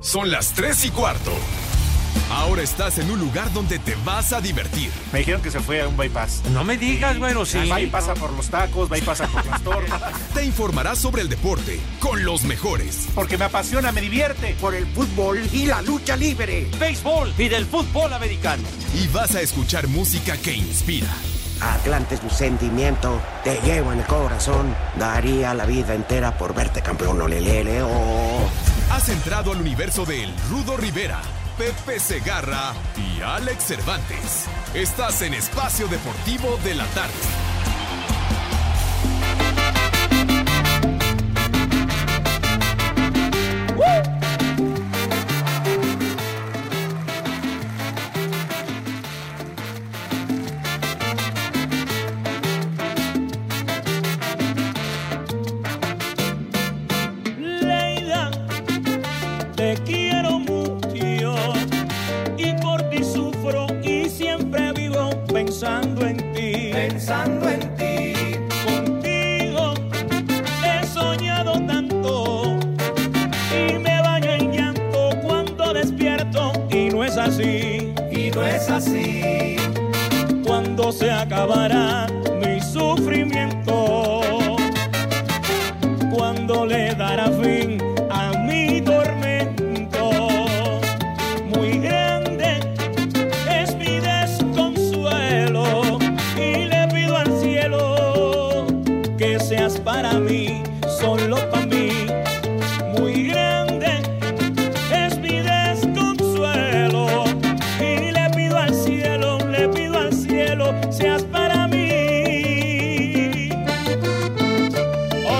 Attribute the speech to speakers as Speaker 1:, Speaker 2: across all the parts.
Speaker 1: Son las 3 y cuarto. Ahora estás en un lugar donde te vas a divertir.
Speaker 2: Me dijeron que se fue a un bypass.
Speaker 3: No me digas, bueno, sí.
Speaker 2: Ahí pasa por los tacos, ahí pasa por las tortas.
Speaker 1: Te informarás sobre el deporte con los mejores.
Speaker 2: Porque me apasiona, me divierte.
Speaker 4: Por el fútbol y la lucha libre.
Speaker 3: Béisbol y del fútbol americano.
Speaker 1: Y vas a escuchar música que inspira.
Speaker 4: Atlante es mi sentimiento, te llevo en el corazón. Daría la vida entera por verte campeón, olelele, oh.
Speaker 1: Has entrado al universo del Rudo Rivera, Pepe Segarra y Alex Cervantes. Estás en Espacio Deportivo de la Tarde.
Speaker 5: Leida, te quiero mucho y por ti sufro y siempre vivo pensando en ti. Pensando en ti. Contigo he soñado tanto y me baño en llanto cuando despierto y no es así. Y no es así. Cuando se acabará mi sufrimiento cuando le dará fin a mi tormento. Muy grande es mi desconsuelo y le pido al cielo que seas para mí, solo para mí. Muy grande es mi desconsuelo y le pido al cielo, le pido al cielo, seas para mí.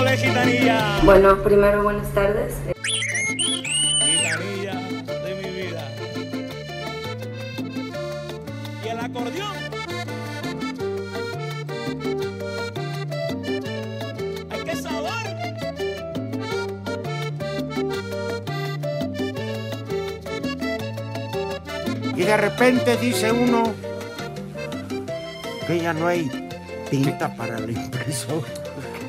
Speaker 5: Ole, gitanilla.
Speaker 6: Bueno, primero buenas tardes.
Speaker 5: Gitanilla de mi vida. Y el acordeón. ¡Ay, qué sabor!
Speaker 4: Y de repente dice uno que ya no hay tinta para el impresor.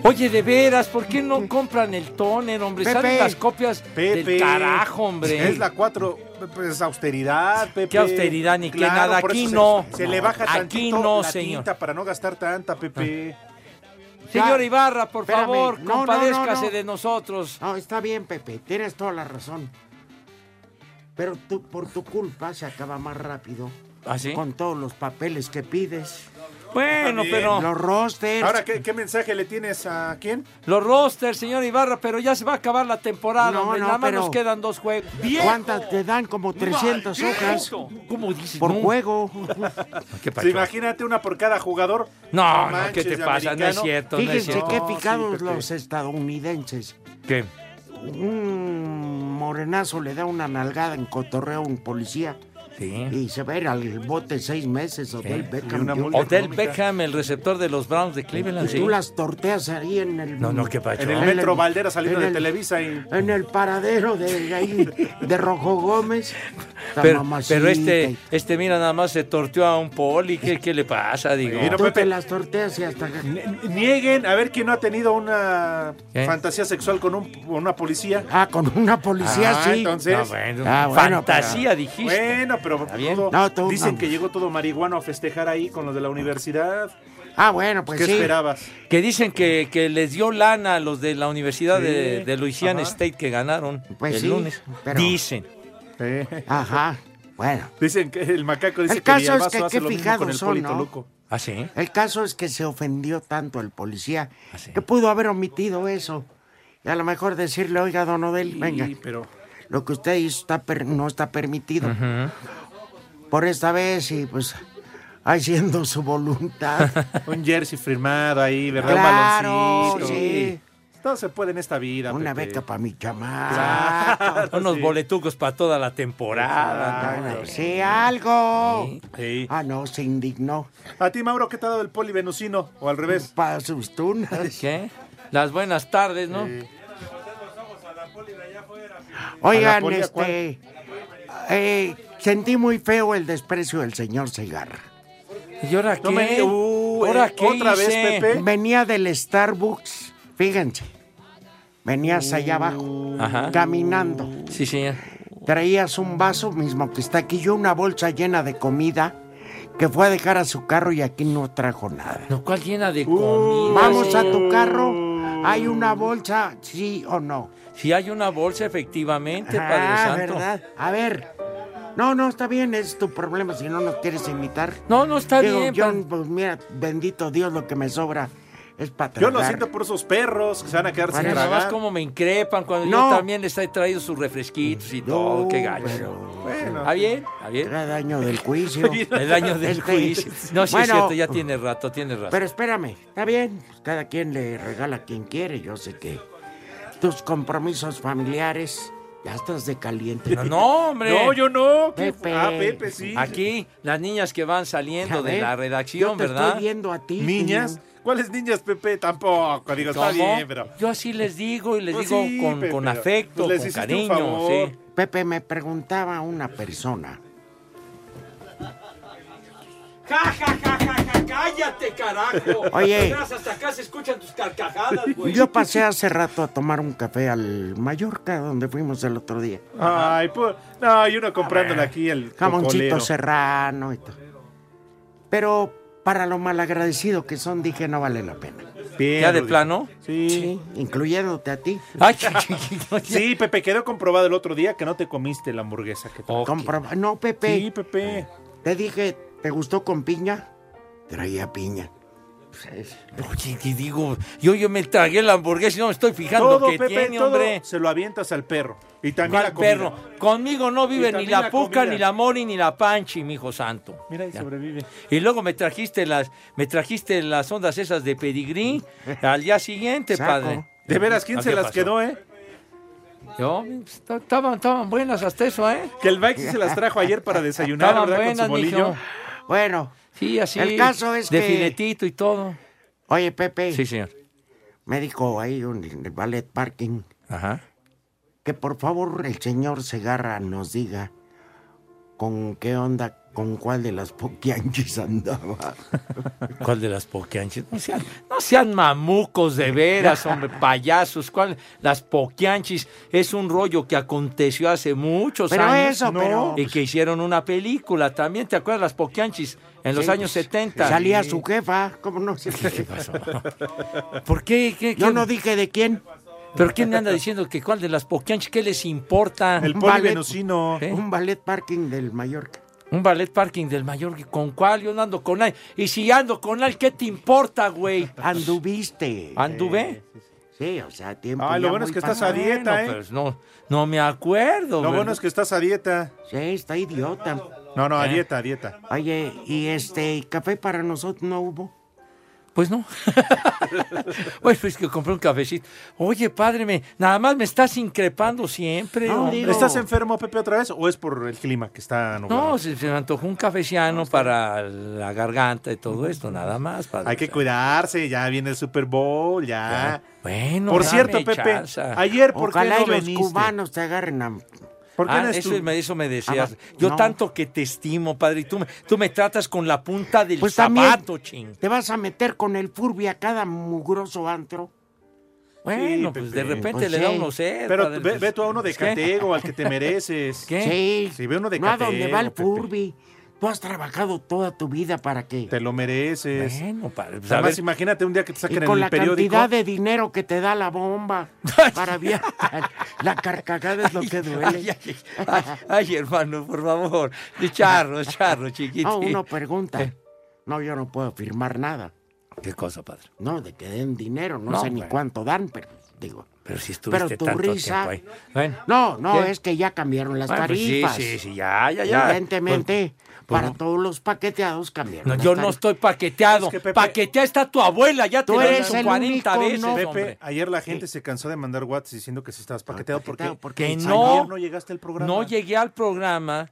Speaker 3: Oye, de veras, ¿por qué no compran el tóner, hombre?
Speaker 2: Pepe.
Speaker 3: Salen las copias
Speaker 2: Pepe.
Speaker 3: del carajo, hombre.
Speaker 2: Es la cuatro. Pues austeridad, Pepe.
Speaker 3: Qué austeridad ni qué
Speaker 2: Claro,
Speaker 3: nada,
Speaker 2: por
Speaker 3: aquí
Speaker 2: eso se-
Speaker 3: no.
Speaker 2: Se, le baja
Speaker 3: Aquí
Speaker 2: tantito
Speaker 3: no,
Speaker 2: la
Speaker 3: señor.
Speaker 2: tinta para no gastar tanta, Pepe.
Speaker 3: Señor
Speaker 4: Ya.
Speaker 3: Ibarra, por
Speaker 4: Espérame.
Speaker 3: favor,
Speaker 4: No, no,
Speaker 3: compadézcase
Speaker 4: no, no.
Speaker 3: de nosotros.
Speaker 4: No, está bien, Pepe, tienes toda la razón. Pero tú, por tu culpa, se acaba más rápido.
Speaker 3: ¿Ah, sí?
Speaker 4: Con todos los papeles que pides.
Speaker 2: Está
Speaker 3: Bueno,
Speaker 2: bien.
Speaker 3: pero
Speaker 4: Los rosters.
Speaker 2: Ahora, ¿qué, qué mensaje le tienes a quién?
Speaker 3: los rosters, señor Ibarra, pero ya se va a acabar la temporada,
Speaker 4: No,
Speaker 3: hombre.
Speaker 4: no,
Speaker 3: Nada más
Speaker 4: pero-
Speaker 3: nos quedan dos juegos.
Speaker 4: ¿Cuántas te dan? Como 300 hojas
Speaker 3: ¿Cómo dices?
Speaker 4: por
Speaker 3: no?
Speaker 4: juego.
Speaker 2: Sí,
Speaker 3: ¿Qué pacho?
Speaker 2: imagínate una por cada jugador.
Speaker 3: No, no,
Speaker 2: manches,
Speaker 3: ¿qué te
Speaker 2: de
Speaker 3: pasa? No es
Speaker 2: americano.
Speaker 3: cierto, no es
Speaker 4: Fíjense
Speaker 3: cierto.
Speaker 4: qué
Speaker 2: No, sí,
Speaker 4: picados
Speaker 2: Pepe.
Speaker 4: los estadounidenses.
Speaker 3: ¿Qué?
Speaker 4: Un morenazo le da una nalgada en cotorreo a un policía
Speaker 3: Sí.
Speaker 4: y se va a ir al bote seis meses. Odell Beckham.
Speaker 2: una
Speaker 4: dio-
Speaker 2: multa.
Speaker 3: Odell Beckham, el receptor de los Browns de Cleveland,
Speaker 4: Y
Speaker 3: sí. Ah,
Speaker 4: tú las torteas ahí en el.
Speaker 3: No, no, qué pacho.
Speaker 2: En el
Speaker 4: En
Speaker 2: metro
Speaker 4: el-
Speaker 2: Valdera saliendo
Speaker 4: en
Speaker 2: de
Speaker 4: el-
Speaker 2: Televisa y.
Speaker 4: En el paradero de ahí, de Rojo Gómez. Esta
Speaker 3: Pero,
Speaker 4: mamacita
Speaker 3: pero este,
Speaker 4: y-
Speaker 3: este, mira, nada más se torteó a un poli. ¿Qué, qué le pasa? Digo. Pues
Speaker 2: Mira,
Speaker 4: Tú
Speaker 2: Pepe.
Speaker 4: te las torteas y hasta.
Speaker 2: N- Nieguen a ver quién no ha tenido una
Speaker 3: ¿Qué?
Speaker 2: fantasía sexual con un- con una policía.
Speaker 4: Ah, con una policía
Speaker 2: Ah,
Speaker 4: sí.
Speaker 2: entonces-
Speaker 3: No, bueno,
Speaker 4: Ah, bueno,
Speaker 3: fantasía, dijiste.
Speaker 2: Bueno, pero
Speaker 3: bien.
Speaker 2: todo-
Speaker 4: No, tú-
Speaker 2: dicen
Speaker 4: no.
Speaker 2: que llegó todo marihuano a festejar ahí con los de la universidad.
Speaker 4: Ah, bueno, pues
Speaker 2: ¿Qué
Speaker 4: sí.
Speaker 2: esperabas?
Speaker 3: Que dicen que, que les dio lana a los de la Universidad de, de Louisiana State que ganaron
Speaker 4: Pues
Speaker 3: el
Speaker 4: sí,
Speaker 3: lunes.
Speaker 4: pero-
Speaker 3: Dicen.
Speaker 4: Ajá. Bueno.
Speaker 2: Dicen que el macaco dice
Speaker 4: El caso
Speaker 2: que Villalbazo
Speaker 4: es que
Speaker 2: hace
Speaker 4: qué
Speaker 2: lo mismo con
Speaker 4: fijados
Speaker 2: el
Speaker 4: son,
Speaker 2: Polito
Speaker 4: ¿no?
Speaker 2: Luco.
Speaker 3: ¿Ah, sí?
Speaker 4: El caso es que se ofendió tanto el policía
Speaker 3: Ah, sí.
Speaker 4: que pudo haber omitido eso. Y a lo mejor decirle, oiga, don Odell, venga,
Speaker 2: Sí, pero
Speaker 4: lo que usted hizo está per- no está permitido. Por esta vez, y pues, haciendo su voluntad.
Speaker 2: un jersey firmado ahí, ¿verdad? un
Speaker 4: claro,
Speaker 2: baloncito.
Speaker 4: sí.
Speaker 2: Todo se puede en esta vida.
Speaker 4: Una
Speaker 2: Pepe.
Speaker 4: beca para mi chamaco.
Speaker 3: Unos
Speaker 2: sí.
Speaker 3: boletucos para toda la temporada.
Speaker 4: Ah, no, sí, algo.
Speaker 2: Sí.
Speaker 4: Ah, no, se indignó.
Speaker 2: A ti, Mauro, ¿qué te ha dado el poli venusino? O al revés.
Speaker 4: Para sus tunas.
Speaker 3: ¿Qué? Las buenas tardes, ¿no?
Speaker 4: Oigan,
Speaker 2: poli, ¿a cuál?
Speaker 4: este. eh, sentí muy feo el desprecio del señor Segarra.
Speaker 3: ¿Y ahora qué?
Speaker 2: No me digas. Uh,
Speaker 3: ¿Ahora
Speaker 2: eh,
Speaker 3: qué
Speaker 2: otra vez,
Speaker 3: hice?
Speaker 2: Pepe.
Speaker 4: Venía del Starbucks, fíjense. Venías allá abajo,
Speaker 3: Uh, Ajá.
Speaker 4: caminando.
Speaker 3: Sí, señor.
Speaker 4: Traías un vaso mismo que está aquí, yo una bolsa llena de comida que fue a dejar a su carro y aquí no trajo nada.
Speaker 3: No, ¿cuál llena de comida?
Speaker 4: Uh, Vamos a
Speaker 3: señor?
Speaker 4: tu carro, hay una bolsa, sí o no.
Speaker 3: Si hay una bolsa, efectivamente, Padre
Speaker 4: Ah,
Speaker 3: Santo.
Speaker 4: ¿verdad? A ver. No, no, está bien, es tu problema si no nos quieres invitar.
Speaker 3: No, no está
Speaker 4: Digo,
Speaker 3: bien.
Speaker 4: yo,
Speaker 3: padre.
Speaker 4: pues mira, bendito Dios, lo que me sobra es para
Speaker 2: Yo lo siento por esos perros que se van a quedar sin
Speaker 4: Para
Speaker 3: Nada más
Speaker 2: tragar.
Speaker 3: como me increpan cuando
Speaker 4: No.
Speaker 3: yo también les he traído sus refresquitos y todo. Qué gallo.
Speaker 2: Bueno.
Speaker 3: ¿Está bien? ¿Está bien?
Speaker 4: Era daño del juicio.
Speaker 3: El año del
Speaker 4: Este,
Speaker 3: juicio. No, sí es
Speaker 4: bueno,
Speaker 3: cierto, ya tiene rato, tiene rato.
Speaker 4: Pero espérame, está bien. pues, Cada quien le regala a quien quiere. Yo sé que tus compromisos familiares ya estás de caliente.
Speaker 3: No, no, hombre.
Speaker 2: No, yo no.
Speaker 4: Pepe.
Speaker 2: Ah, Pepe, sí.
Speaker 3: Aquí, las niñas que van saliendo
Speaker 4: A
Speaker 3: de
Speaker 4: ver,
Speaker 3: la redacción,
Speaker 4: yo te
Speaker 3: ¿verdad?
Speaker 4: Estoy viendo a ti.
Speaker 2: Niñas. ¿Cuáles niñas, Pepe? Tampoco. Digo, está
Speaker 3: ¿Cómo?
Speaker 2: bien, pero.
Speaker 3: Yo así les digo y les
Speaker 2: Pues
Speaker 3: digo
Speaker 2: sí,
Speaker 3: con,
Speaker 2: Pepe,
Speaker 3: con
Speaker 2: pero,
Speaker 3: afecto,
Speaker 2: pues les
Speaker 3: con
Speaker 2: hiciste un
Speaker 3: cariño.
Speaker 2: favor.
Speaker 3: sí.
Speaker 4: Pepe, me preguntaba una persona.
Speaker 7: ¡Ja, ja, ja, ja, ja! ¡Cállate, carajo!
Speaker 4: Oye.
Speaker 7: Verás, hasta acá se escuchan tus
Speaker 2: Ah,
Speaker 7: carcajadas, güey.
Speaker 4: Yo pasé hace rato a tomar un café al Mallorca, donde fuimos el otro día.
Speaker 2: Ay, pues. No, y uno comprándole aquí el
Speaker 4: Jamoncito
Speaker 2: cocolero.
Speaker 4: serrano y todo. Pero para lo malagradecido que son, dije, no vale la pena.
Speaker 2: Bien,
Speaker 3: ¿Ya de
Speaker 2: Rudy.
Speaker 3: plano?
Speaker 2: Sí.
Speaker 4: Incluyéndote a ti.
Speaker 3: Ay, qué chiquito, ya.
Speaker 2: Sí, Pepe, quedó comprobado el otro día que no te comiste la hamburguesa que te
Speaker 3: Ok.
Speaker 4: Compro- No, Pepe.
Speaker 2: Sí, Pepe.
Speaker 4: Te dije, ¿te gustó con piña? Traía piña.
Speaker 3: Oye, que digo, yo, yo me tragué la hamburguesa y no me estoy fijando
Speaker 2: Todo,
Speaker 3: que
Speaker 2: Pepe,
Speaker 3: tiene,
Speaker 2: todo
Speaker 3: hombre.
Speaker 2: se lo avientas al perro. Y también
Speaker 3: ¿Cuál
Speaker 2: al perro.
Speaker 3: perro? Conmigo no vive ni
Speaker 2: también
Speaker 3: la,
Speaker 2: la
Speaker 3: puca,
Speaker 2: comida.
Speaker 3: ni la mori, ni la panchi, mi hijo santo.
Speaker 2: Mira, y
Speaker 3: Ya.
Speaker 2: sobrevive.
Speaker 3: Y luego me trajiste las, me trajiste las ondas esas de pedigrí al día siguiente,
Speaker 4: Saco.
Speaker 3: padre.
Speaker 2: De veras,
Speaker 3: ¿Ah,
Speaker 2: ¿quién se
Speaker 3: qué
Speaker 2: las
Speaker 3: pasó?
Speaker 2: quedó, eh?
Speaker 3: Yo, pues, ta- estaban, estaban buenas hasta eso, ¿eh?
Speaker 2: Que el Mike sí se las trajo ayer para desayunar,
Speaker 3: Estaban
Speaker 2: ¿verdad? Con
Speaker 3: buenas,
Speaker 2: su
Speaker 3: mijo.
Speaker 2: bolillo.
Speaker 4: Bueno,
Speaker 3: Sí, así.
Speaker 4: El caso es
Speaker 3: de
Speaker 4: que-
Speaker 3: filetito y todo.
Speaker 4: oye, Pepe,
Speaker 3: Sí, señor.
Speaker 4: me dijo ahí un, en el ballet parking
Speaker 3: Ajá.
Speaker 4: que por favor el señor Segarra nos diga con qué onda, con cuál de las poquianchis andaba.
Speaker 3: ¿Cuál de las poquianchis? No sean, no sean mamucos de veras, hombre, payasos. ¿Cuál? Las poquianchis es un rollo que aconteció hace muchos
Speaker 4: Pero
Speaker 3: años.
Speaker 4: eso, pero- pues
Speaker 3: Y que hicieron una película también. ¿Te acuerdas las poquianchis? En los
Speaker 4: Sí, pues,
Speaker 3: años 70.
Speaker 4: Salía
Speaker 3: Y-
Speaker 4: su jefa, ¿cómo no sé?
Speaker 3: ¿Qué pasó? ¿Por qué? ¿Qué-
Speaker 4: Yo
Speaker 3: quién-
Speaker 4: no dije de quién.
Speaker 3: ¿Pero quién me anda diciendo que cuál de las poquianchis? ¿Qué les importa?
Speaker 2: El
Speaker 4: Un
Speaker 2: poli
Speaker 4: ballet.
Speaker 2: venusino.
Speaker 3: ¿Eh?
Speaker 4: Un ballet parking del Mallorca.
Speaker 3: Un ballet parking del mayor. ¿Con cuál? Yo no ando con nadie. Y si ando con nadie, ¿qué te importa, güey?
Speaker 4: Anduviste.
Speaker 2: Eh,
Speaker 3: ¿Anduve?
Speaker 4: Sí, o sea, tiempo.
Speaker 2: Ay, lo
Speaker 4: ya
Speaker 2: bueno es
Speaker 4: muy
Speaker 2: que estás
Speaker 4: pasado.
Speaker 2: a dieta,
Speaker 3: Bueno,
Speaker 2: ¿eh?
Speaker 3: pues no, no me acuerdo.
Speaker 2: Lo
Speaker 3: ¿verdad?
Speaker 2: bueno es que estás a dieta.
Speaker 4: Sí, está idiota. ¿Eh?
Speaker 2: No, no, a dieta, a dieta.
Speaker 4: Oye, y este, ¿y café para nosotros no hubo.
Speaker 3: Pues no. Oye, pues que compré un cafecito. Oye, padre, me, nada más me estás increpando siempre.
Speaker 4: No,
Speaker 3: hombre.
Speaker 4: digo-
Speaker 2: ¿Estás enfermo, Pepe, otra vez? ¿O es por el clima que está nublado?
Speaker 3: No, se, se me antojó un cafeciano para la garganta y todo esto, nada más. Padre.
Speaker 2: Hay que cuidarse, ya viene el Super Bowl, ya.
Speaker 3: Bueno,
Speaker 2: por
Speaker 3: dame
Speaker 2: cierto, Pepe,
Speaker 3: chance.
Speaker 2: ayer, ¿por
Speaker 4: Ojalá
Speaker 2: qué
Speaker 4: y
Speaker 2: no
Speaker 4: los
Speaker 2: veniste?
Speaker 4: cubanos te agarren a...
Speaker 2: ¿Por qué
Speaker 3: Ah,
Speaker 2: no
Speaker 3: eso,
Speaker 2: estu-
Speaker 3: me, eso me decías.
Speaker 4: Ah,
Speaker 3: Yo
Speaker 4: no.
Speaker 3: tanto que te estimo, padre, y tú me, tú me tratas con la punta del
Speaker 4: Pues también
Speaker 3: zapato, ching.
Speaker 4: te vas a meter con el furbi a cada mugroso antro.
Speaker 3: Bueno,
Speaker 2: Sí,
Speaker 3: pues de
Speaker 2: Pepe.
Speaker 3: repente
Speaker 4: Pues
Speaker 3: le da
Speaker 4: sí.
Speaker 3: uno sed.
Speaker 2: Pero
Speaker 3: padre,
Speaker 2: ve,
Speaker 3: pues,
Speaker 2: ve tú a uno de
Speaker 3: pues, ¿qué?
Speaker 2: catego, al que te mereces.
Speaker 3: ¿Qué?
Speaker 4: Sí.
Speaker 2: Sí, ve uno de
Speaker 4: No a dónde va el
Speaker 2: cateo, Pepe.
Speaker 4: furbi. Tú has trabajado toda tu vida para que...
Speaker 2: Te lo mereces.
Speaker 3: Bueno, padre, pues, a
Speaker 2: Además,
Speaker 3: ver.
Speaker 2: imagínate un día que te
Speaker 4: Y
Speaker 2: saquen en
Speaker 4: con
Speaker 2: el
Speaker 4: la
Speaker 2: periódico.
Speaker 4: cantidad de dinero que te da la bomba para viajar. La carcagada es lo que
Speaker 3: Ay,
Speaker 4: duele.
Speaker 3: ay, ay, ay, hermano, por favor. De charro, charro, chiquito.
Speaker 4: No, uno pregunta. No, yo no puedo firmar nada.
Speaker 3: ¿Qué cosa, padre?
Speaker 4: No, de que den dinero. No,
Speaker 3: No,
Speaker 4: sé ni
Speaker 3: bueno.
Speaker 4: cuánto dan, pero digo...
Speaker 3: Pero si estuviste
Speaker 4: Pero tu
Speaker 3: tanto
Speaker 4: risa-
Speaker 3: tiempo ahí. Bueno.
Speaker 4: No, no,
Speaker 3: ¿Qué?
Speaker 4: es que ya cambiaron las
Speaker 3: Bueno, pues, sí,
Speaker 4: tarifas.
Speaker 3: sí, sí, ya, ya, ya.
Speaker 4: Evidentemente,
Speaker 3: Pues- pues
Speaker 4: para
Speaker 3: no.
Speaker 4: todos los paqueteados cambiaron.
Speaker 3: No,
Speaker 4: las
Speaker 3: yo no
Speaker 4: tarifas.
Speaker 3: estoy paqueteado.
Speaker 2: Es que, Pepe-
Speaker 3: Paquetea está tu abuela, ya
Speaker 4: Tú
Speaker 3: te lo he
Speaker 4: eres
Speaker 3: dicho
Speaker 4: el
Speaker 3: 40
Speaker 4: único,
Speaker 3: veces,
Speaker 4: no.
Speaker 2: Pepe,
Speaker 3: hombre.
Speaker 2: ayer la gente se cansó de mandar WhatsApp diciendo que si estabas paqueteado porque,
Speaker 4: paqueteado, porque
Speaker 3: Que
Speaker 2: ayer
Speaker 3: no,
Speaker 2: no llegaste al programa.
Speaker 3: no llegué al programa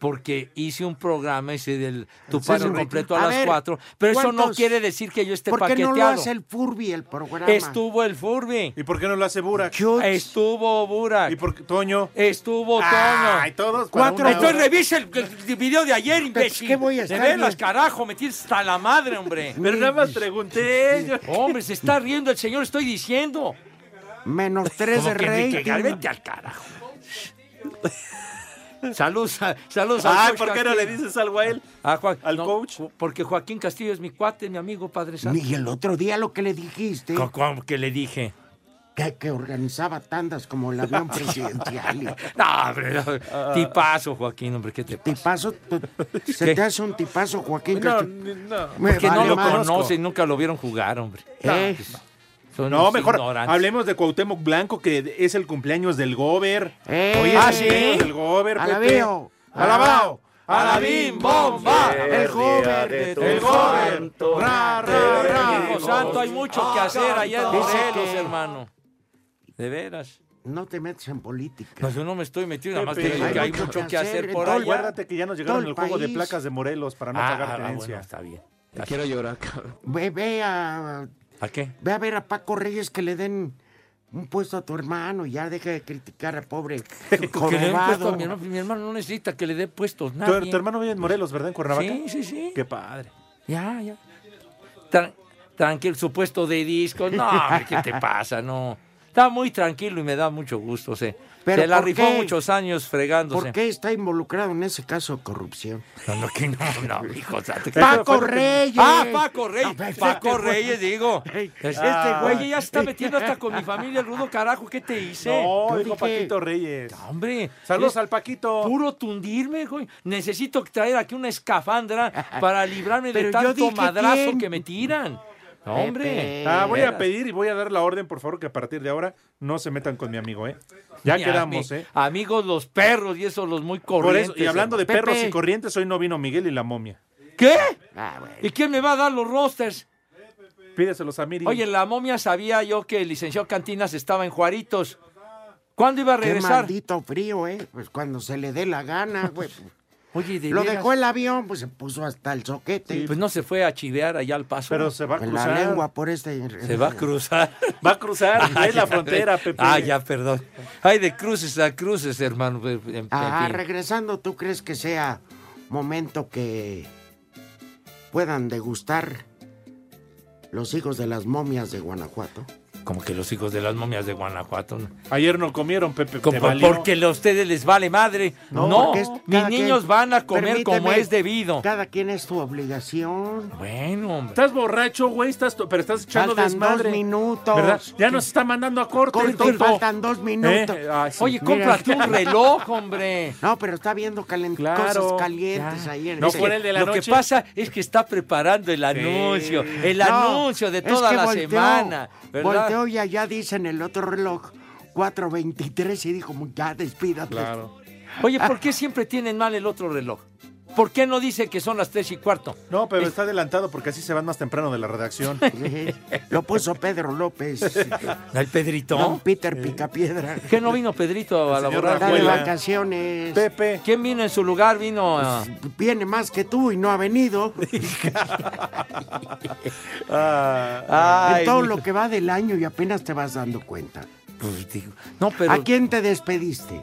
Speaker 3: porque hice un programa ese del tu
Speaker 4: Ese es
Speaker 3: paro
Speaker 4: un-
Speaker 3: completo a,
Speaker 4: A
Speaker 3: las
Speaker 4: ver,
Speaker 3: 4, pero eso no
Speaker 4: ¿cuántos-
Speaker 3: quiere decir que yo esté
Speaker 4: ¿Por qué
Speaker 3: paqueteado.
Speaker 4: no lo hace el Furby el programa?
Speaker 3: Estuvo el Furby,
Speaker 2: ¿Y por qué no lo hace Burak?
Speaker 4: Yo-
Speaker 3: estuvo Burak,
Speaker 2: ¿Y por qué Toño?
Speaker 3: estuvo
Speaker 2: Ay,
Speaker 3: Toño.
Speaker 2: todos para
Speaker 4: Cuatro- pues,
Speaker 2: una
Speaker 3: Entonces
Speaker 2: hora.
Speaker 3: revisa el, el video de ayer, imbécil.
Speaker 4: ¿qué voy a
Speaker 3: De
Speaker 4: estar
Speaker 3: veras,
Speaker 4: bien?
Speaker 3: carajo, me tienes hasta la madre, hombre.
Speaker 2: Pero nada más pregunté. eh, yo-
Speaker 3: Hombre, se está riendo el señor, estoy diciendo.
Speaker 4: Menos tres de
Speaker 3: Como que me
Speaker 4: rating.
Speaker 3: cagar, vete al carajo. Saludos, a- saludos al
Speaker 2: Ay,
Speaker 3: coach
Speaker 2: Ah, ¿por qué no le
Speaker 3: Castillo.
Speaker 2: dices algo a él?
Speaker 3: A Joa-
Speaker 2: al
Speaker 3: no,
Speaker 2: coach?
Speaker 3: Porque Joaquín Castillo es mi cuate, mi amigo, Padre Santo.
Speaker 4: Ni el otro día lo que le dijiste,
Speaker 3: Co- ¿Cómo que le dije?
Speaker 4: que, que organizaba tandas como el avión presidencial. y-
Speaker 3: No, hombre,
Speaker 2: Ah.
Speaker 3: no, tipazo, Joaquín, hombre, ¿qué te pasa?
Speaker 4: Tipazo, tú- se
Speaker 3: ¿Qué?
Speaker 4: te hace un tipazo, Joaquín.
Speaker 2: No,
Speaker 4: Castillo?
Speaker 2: no.
Speaker 4: Me
Speaker 3: Que no
Speaker 4: vale
Speaker 3: lo
Speaker 4: más.
Speaker 3: conocen, nunca lo vieron jugar, hombre. pues,
Speaker 4: Eh,
Speaker 3: Son
Speaker 2: No,
Speaker 3: unos
Speaker 2: mejor
Speaker 3: ignorantes.
Speaker 2: hablemos de Cuauhtémoc Blanco, que es el cumpleaños del Gober.
Speaker 4: Eh.
Speaker 2: Hoy es
Speaker 3: Ah,
Speaker 2: el
Speaker 3: ¿sí? Ah,
Speaker 2: cumpleaños del Gober. Pepe.
Speaker 4: Alabeo.
Speaker 2: Alabao.
Speaker 3: Alabim, bomba.
Speaker 4: El joven de tu
Speaker 3: El joven.
Speaker 4: santo. Ra, ra, ra.
Speaker 3: Hijo santo, hay mucho
Speaker 2: Ah,
Speaker 3: que hacer allá en
Speaker 4: Dice
Speaker 3: Morelos,
Speaker 4: que-
Speaker 3: hermano. De veras.
Speaker 4: No te metes en política.
Speaker 3: No, yo no me estoy metiendo, nada más te
Speaker 2: Pepe,
Speaker 3: digo que hay mucho que hacer por
Speaker 4: Entonces,
Speaker 3: allá.
Speaker 2: Acuérdate que ya nos llegaron
Speaker 4: Todo
Speaker 2: el
Speaker 4: el
Speaker 2: juego de
Speaker 4: país.
Speaker 2: placas de Morelos para no
Speaker 3: Ah,
Speaker 2: pagar
Speaker 3: ah, bueno,
Speaker 2: tenencia.
Speaker 3: está bien.
Speaker 4: Ve, ve a,
Speaker 3: ¿A qué?
Speaker 4: ve a ver a Paco Reyes que le den un puesto a tu hermano. Ya deja de criticar al pobre
Speaker 3: Que le den puesto a
Speaker 4: jorobado.
Speaker 3: mi hermano. Mi hermano no necesita que le dé puestos, nadie.
Speaker 2: Tu, tu hermano vive en Morelos, ¿verdad? En Cuernavaca.
Speaker 3: Sí, sí, sí.
Speaker 2: Qué padre.
Speaker 3: Ya, ya. Tran- tranquilo, su puesto de disco. No, hombre, ¿qué te pasa? No. Está muy tranquilo y me da mucho gusto. Se,
Speaker 4: ¿Pero
Speaker 3: se la
Speaker 4: por
Speaker 3: rifó
Speaker 4: qué?
Speaker 3: muchos años fregándose.
Speaker 4: ¿Por qué está involucrado en ese caso de corrupción?
Speaker 3: No, no, que no, no, hijo. o sea, te-
Speaker 4: ¡Paco Reyes!
Speaker 3: Ah, Paco Reyes.
Speaker 4: No, espérate,
Speaker 3: Paco
Speaker 4: güey.
Speaker 3: Reyes, digo.
Speaker 4: Ey, ah.
Speaker 3: Este güey ya se está metiendo hasta con mi familia, el rudo carajo. ¿Qué te hice?
Speaker 2: No,
Speaker 4: tú
Speaker 2: dijo
Speaker 4: dije-
Speaker 2: Paquito Reyes.
Speaker 3: Hombre.
Speaker 2: Saludos
Speaker 3: es
Speaker 2: al Paquito.
Speaker 3: Puro tundirme, güey. Necesito traer aquí una escafandra para librarme de
Speaker 4: Pero yo
Speaker 3: tanto
Speaker 4: dije
Speaker 3: madrazo
Speaker 4: quién.
Speaker 3: que me tiran. No, hombre.
Speaker 4: Pepe.
Speaker 2: Ah, voy
Speaker 3: veras.
Speaker 2: a pedir y voy a dar la orden, por favor, que a partir de ahora no se metan con mi amigo, ¿eh? Ya
Speaker 3: Mi
Speaker 2: quedamos,
Speaker 3: ami-
Speaker 2: ¿eh?
Speaker 3: Amigos los perros y esos los muy
Speaker 2: Por
Speaker 3: corrientes.
Speaker 2: eso, y hablando de
Speaker 4: Pepe.
Speaker 2: perros y corrientes, hoy no vino Miguel y la momia.
Speaker 3: hermano. ¿Qué?
Speaker 4: Ah, bueno.
Speaker 3: ¿Y quién me va a dar los rosters?
Speaker 2: Pídeselos a Miri.
Speaker 3: Oye, en la momia sabía yo que el licenciado Cantinas estaba en Juaritos. ¿Cuándo iba a
Speaker 4: Qué
Speaker 3: regresar?
Speaker 4: maldito frío, ¿eh? Pues cuando se le dé la gana, güey. pues.
Speaker 3: Oye, de
Speaker 4: Lo
Speaker 3: veras?
Speaker 4: dejó el avión, pues se puso hasta el soquete.
Speaker 3: Pues no se fue a chivear allá al paso.
Speaker 2: pero se va a
Speaker 4: Con la
Speaker 2: cruzar.
Speaker 4: lengua por este.
Speaker 3: Se va a cruzar.
Speaker 2: Va a cruzar, es la frontera, Pepe.
Speaker 3: Ah, ya, perdón. Ay, de cruces a cruces, hermano. En- en
Speaker 4: Ah,
Speaker 3: fin.
Speaker 4: regresando, ¿tú crees que sea momento que puedan degustar los hijos de las momias de Guanajuato?
Speaker 3: Como que los hijos de las momias de Guanajuato. ¿no?
Speaker 2: Ayer no comieron, Pepe.
Speaker 3: Como
Speaker 2: te valió.
Speaker 3: porque a ustedes les vale madre. No,
Speaker 4: porque es-
Speaker 3: mis
Speaker 4: cada quien-
Speaker 3: niños van a comer como
Speaker 4: Permíteme,
Speaker 3: es debido.
Speaker 4: Cada quien es tu obligación.
Speaker 3: Bueno, hombre.
Speaker 2: Estás borracho, güey, estás to- pero estás echando
Speaker 4: Faltan
Speaker 2: desmadre.
Speaker 4: dos minutos.
Speaker 2: ¿Verdad? Ya nos está mandando a corte,
Speaker 4: Corte,
Speaker 2: el tonto.
Speaker 4: faltan dos minutos.
Speaker 2: Eh, ay, sí.
Speaker 3: Oye,
Speaker 4: Mira.
Speaker 3: cómprate un reloj, hombre.
Speaker 4: No, pero está viendo calen-
Speaker 2: Claro.
Speaker 4: cosas calientes
Speaker 2: Ya.
Speaker 4: ahí. en
Speaker 2: No
Speaker 4: este-
Speaker 2: fue el de la
Speaker 3: Lo que
Speaker 2: noche.
Speaker 3: pasa es que está preparando el anuncio, el
Speaker 4: No,
Speaker 3: anuncio de
Speaker 4: es
Speaker 3: toda
Speaker 4: que
Speaker 3: la
Speaker 4: volteó,
Speaker 3: semana, ¿verdad?
Speaker 4: Volteó y allá dicen el otro reloj 4.23 y dijo, ya despídate.
Speaker 2: Claro.
Speaker 3: Oye, ¿por qué siempre tienen mal el otro reloj? ¿Por qué no dice que son las tres y cuarto?
Speaker 2: No, pero está adelantado porque así se van más temprano de la redacción.
Speaker 4: Eh, Lo puso Pedro López,
Speaker 3: ¿El Pedrito?
Speaker 4: don Peter Picapiedra.
Speaker 3: ¿Qué no vino Pedrito a
Speaker 2: El
Speaker 3: la
Speaker 2: señor
Speaker 3: borrada?
Speaker 4: Está de
Speaker 2: Abuela.
Speaker 4: vacaciones. Pues,
Speaker 2: Pepe.
Speaker 3: ¿Quién vino en su lugar? Vino a...
Speaker 4: Viene más que tú y no ha venido.
Speaker 3: Ay, Ah,
Speaker 4: en todo lo que va del año y apenas te vas dando cuenta.
Speaker 3: pues, digo, no, pero
Speaker 4: ¿A quién te despediste?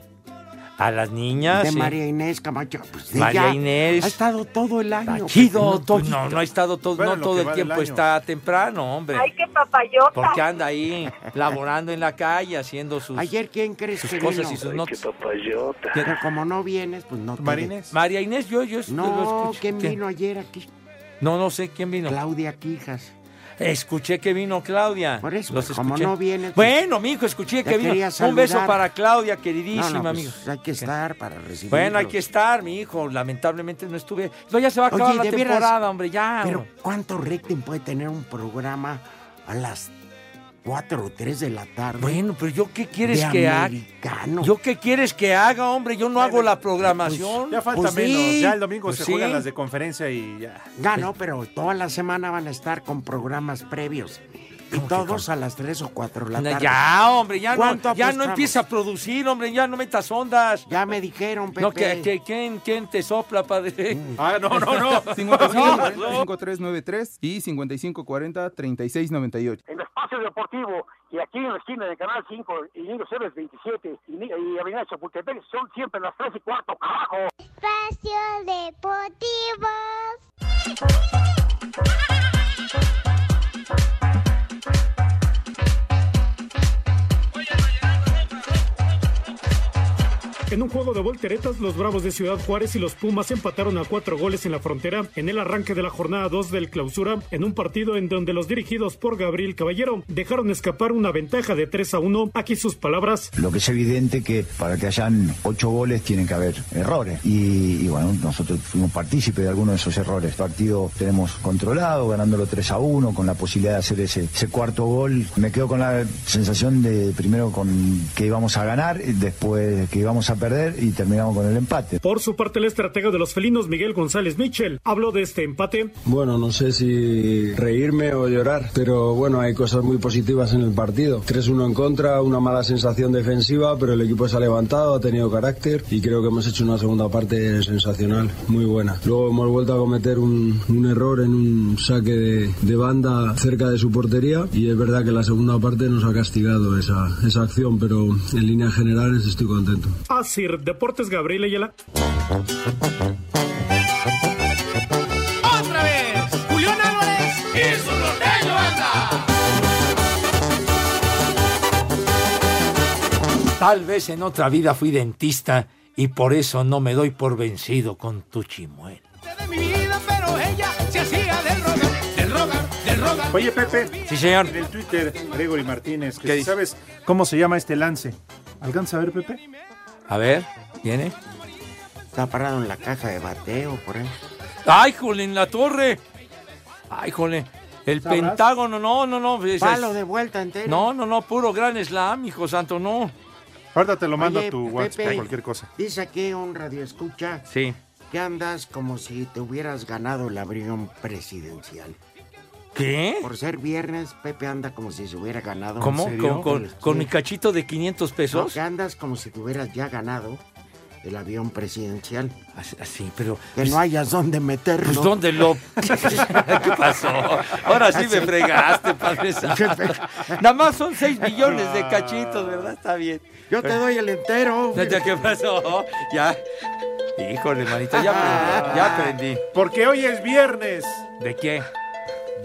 Speaker 3: a las niñas.
Speaker 4: de
Speaker 3: sí.
Speaker 4: María Inés Camacho. Pues de
Speaker 3: María
Speaker 4: ella.
Speaker 3: Inés.
Speaker 4: Ha estado todo el
Speaker 3: Está
Speaker 4: año.
Speaker 3: chido,
Speaker 4: todo.
Speaker 3: pues, no, no ha estado todo,
Speaker 2: Bueno,
Speaker 3: no
Speaker 2: lo
Speaker 3: todo
Speaker 2: que
Speaker 3: el
Speaker 2: va del
Speaker 3: tiempo
Speaker 2: año.
Speaker 3: está temprano, hombre.
Speaker 8: Ay, qué papayota.
Speaker 3: Porque anda ahí laborando en la calle, haciendo sus
Speaker 4: Ayer, ¿quién crees
Speaker 3: sus
Speaker 4: que
Speaker 3: cosas
Speaker 4: vino?
Speaker 3: y sus notas.
Speaker 4: Pero como no vienes, pues no te...
Speaker 2: Marines.
Speaker 3: María Inés, yo, yo
Speaker 4: No,
Speaker 3: escuché
Speaker 4: ¿quién
Speaker 3: que-
Speaker 4: vino ayer aquí?
Speaker 3: No, no sé quién vino.
Speaker 4: Claudia Quijas.
Speaker 3: Escuché que vino Claudia.
Speaker 4: Por eso,
Speaker 3: Los
Speaker 4: como
Speaker 3: escuché.
Speaker 4: no viene, pues,
Speaker 3: Bueno, mijo, escuché
Speaker 4: te
Speaker 3: que vino.
Speaker 4: quería
Speaker 3: Un beso
Speaker 4: saludar.
Speaker 3: para Claudia,
Speaker 4: No,
Speaker 3: queridísima,
Speaker 4: no,
Speaker 3: amigo.
Speaker 4: pues, hay que estar para recibir.
Speaker 3: Bueno, hay que estar, mi hijo. Lamentablemente no estuve. No, ya se va a
Speaker 4: Oye,
Speaker 3: acabar la
Speaker 4: de veras,
Speaker 3: temporada, hombre, ya.
Speaker 4: Pero
Speaker 3: hombre.
Speaker 4: ¿cuánto rating puede tener un programa a las 4 o 3 de la tarde?
Speaker 3: Bueno, pero yo qué
Speaker 4: de
Speaker 3: quieres que haga.
Speaker 4: americano.
Speaker 3: ¿Yo qué quieres que haga, hombre? Yo no hago la programación.
Speaker 2: pues, Ya falta
Speaker 4: Pues sí.
Speaker 2: menos. Ya el domingo
Speaker 3: Pues
Speaker 2: se
Speaker 3: sí.
Speaker 2: juegan las de conferencia y ya.
Speaker 4: Ya no, pero toda la semana van a estar con programas previos. Y
Speaker 3: ¿Cómo que
Speaker 4: todos a las 3 o 4 de la
Speaker 3: No,
Speaker 4: tarde.
Speaker 3: ya, hombre, ya no,
Speaker 4: ¿Cuánto
Speaker 3: ya no
Speaker 4: apostamos?
Speaker 3: empieza a producir, hombre, ya no metas ondas.
Speaker 4: Ya me dijeron, Pepe.
Speaker 3: No, que, que- ¿quién, quién te sopla, padre?
Speaker 2: Ah, no, no, no.
Speaker 9: 5540-5393 y 5540-3698.
Speaker 10: en el espacio deportivo y aquí en la esquina de Canal 5 y Niños Héroes 27 y, Ni- y Avenida Chapultepec son siempre las 3 y cuarto, carajo.
Speaker 11: Espacio Deportivo.
Speaker 8: En un juego de volteretas, los Bravos de Ciudad Juárez y los Pumas empataron a cuatro goles en la frontera en el arranque de la jornada 2 del clausura, en un partido en donde los dirigidos por Gabriel Caballero dejaron escapar una ventaja de 3 a 1. Aquí sus palabras.
Speaker 9: Lo que es evidente que para que hayan ocho goles tienen que haber errores. Y, y bueno, nosotros fuimos partícipes de algunos de esos errores. El partido tenemos controlado, ganándolo 3 a 1, con la posibilidad de hacer ese, ese cuarto gol. Me quedo con la sensación de primero con que íbamos a ganar, y después que íbamos a perder y terminamos con el empate.
Speaker 8: Por su parte, el estratega de los felinos, Miguel González Mitchell, habló de este empate.
Speaker 10: Bueno, no sé si reírme o llorar, pero bueno, hay cosas muy positivas en el partido. 3-1 en contra, una mala sensación defensiva, pero el equipo se ha levantado, ha tenido carácter y creo que hemos hecho una segunda parte sensacional, muy buena. Luego hemos vuelto a cometer un, un error en un saque de, de, banda cerca de su portería y es verdad que la segunda parte nos ha castigado esa, esa acción, pero en líneas generales estoy contento.
Speaker 8: Así, Deportes Gabriel Ayala.
Speaker 12: Otra vez, Julián Álvarez y su norteño banda.
Speaker 3: Tal vez en otra vida fui dentista y por eso no me doy por vencido con tu chimuelo.
Speaker 12: De mi vida, pero ella se hacía del rogar, del rogar, del rogar.
Speaker 2: Oye, Pepe.
Speaker 3: Sí, señor.
Speaker 2: En el Twitter, Gregory Martínez, que si sabes cómo se llama este lance. ¿Alcanza a ver, Pepe?
Speaker 3: A ver, ¿viene?
Speaker 4: Está parado en la caja de bateo, por ahí.
Speaker 3: ¡Ay, jole, en la torre! ¡Ay, jole! El
Speaker 4: ¿Sabrás?
Speaker 3: Pentágono, no, no, no. es-
Speaker 4: Palo
Speaker 3: es-
Speaker 4: de vuelta entero.
Speaker 3: No, no, no, puro gran slam, hijo santo, no.
Speaker 2: Ahorita te lo mando
Speaker 4: Oye,
Speaker 2: a tu WhatsApp,
Speaker 4: Pepe.
Speaker 2: cualquier cosa.
Speaker 4: Dice aquí un radio escucha
Speaker 3: Sí.
Speaker 4: que andas como si te hubieras ganado el avión presidencial.
Speaker 3: ¿Qué?
Speaker 4: Por ser viernes, Pepe anda como si se hubiera ganado.
Speaker 3: ¿Cómo?
Speaker 4: ¿En serio?
Speaker 3: ¿Con, con-
Speaker 4: Sí.
Speaker 3: con mi cachito de 500
Speaker 4: No,
Speaker 3: pesos?
Speaker 4: que andas como si te hubieras ya ganado el avión presidencial.
Speaker 3: Así, así, pero...
Speaker 4: Que no hayas dónde meterlo.
Speaker 3: Pues, ¿dónde lo...? ¿Qué pasó? Ahora sí me fregaste, padre santo. Nada más son 6 millones de cachitos, ¿verdad? Está bien.
Speaker 4: Yo te doy el entero.
Speaker 3: ¿Ya qué pasó? Ya. Híjole, manito, ya aprendí. Ya aprendí.
Speaker 2: Porque hoy es viernes
Speaker 3: ¿De qué?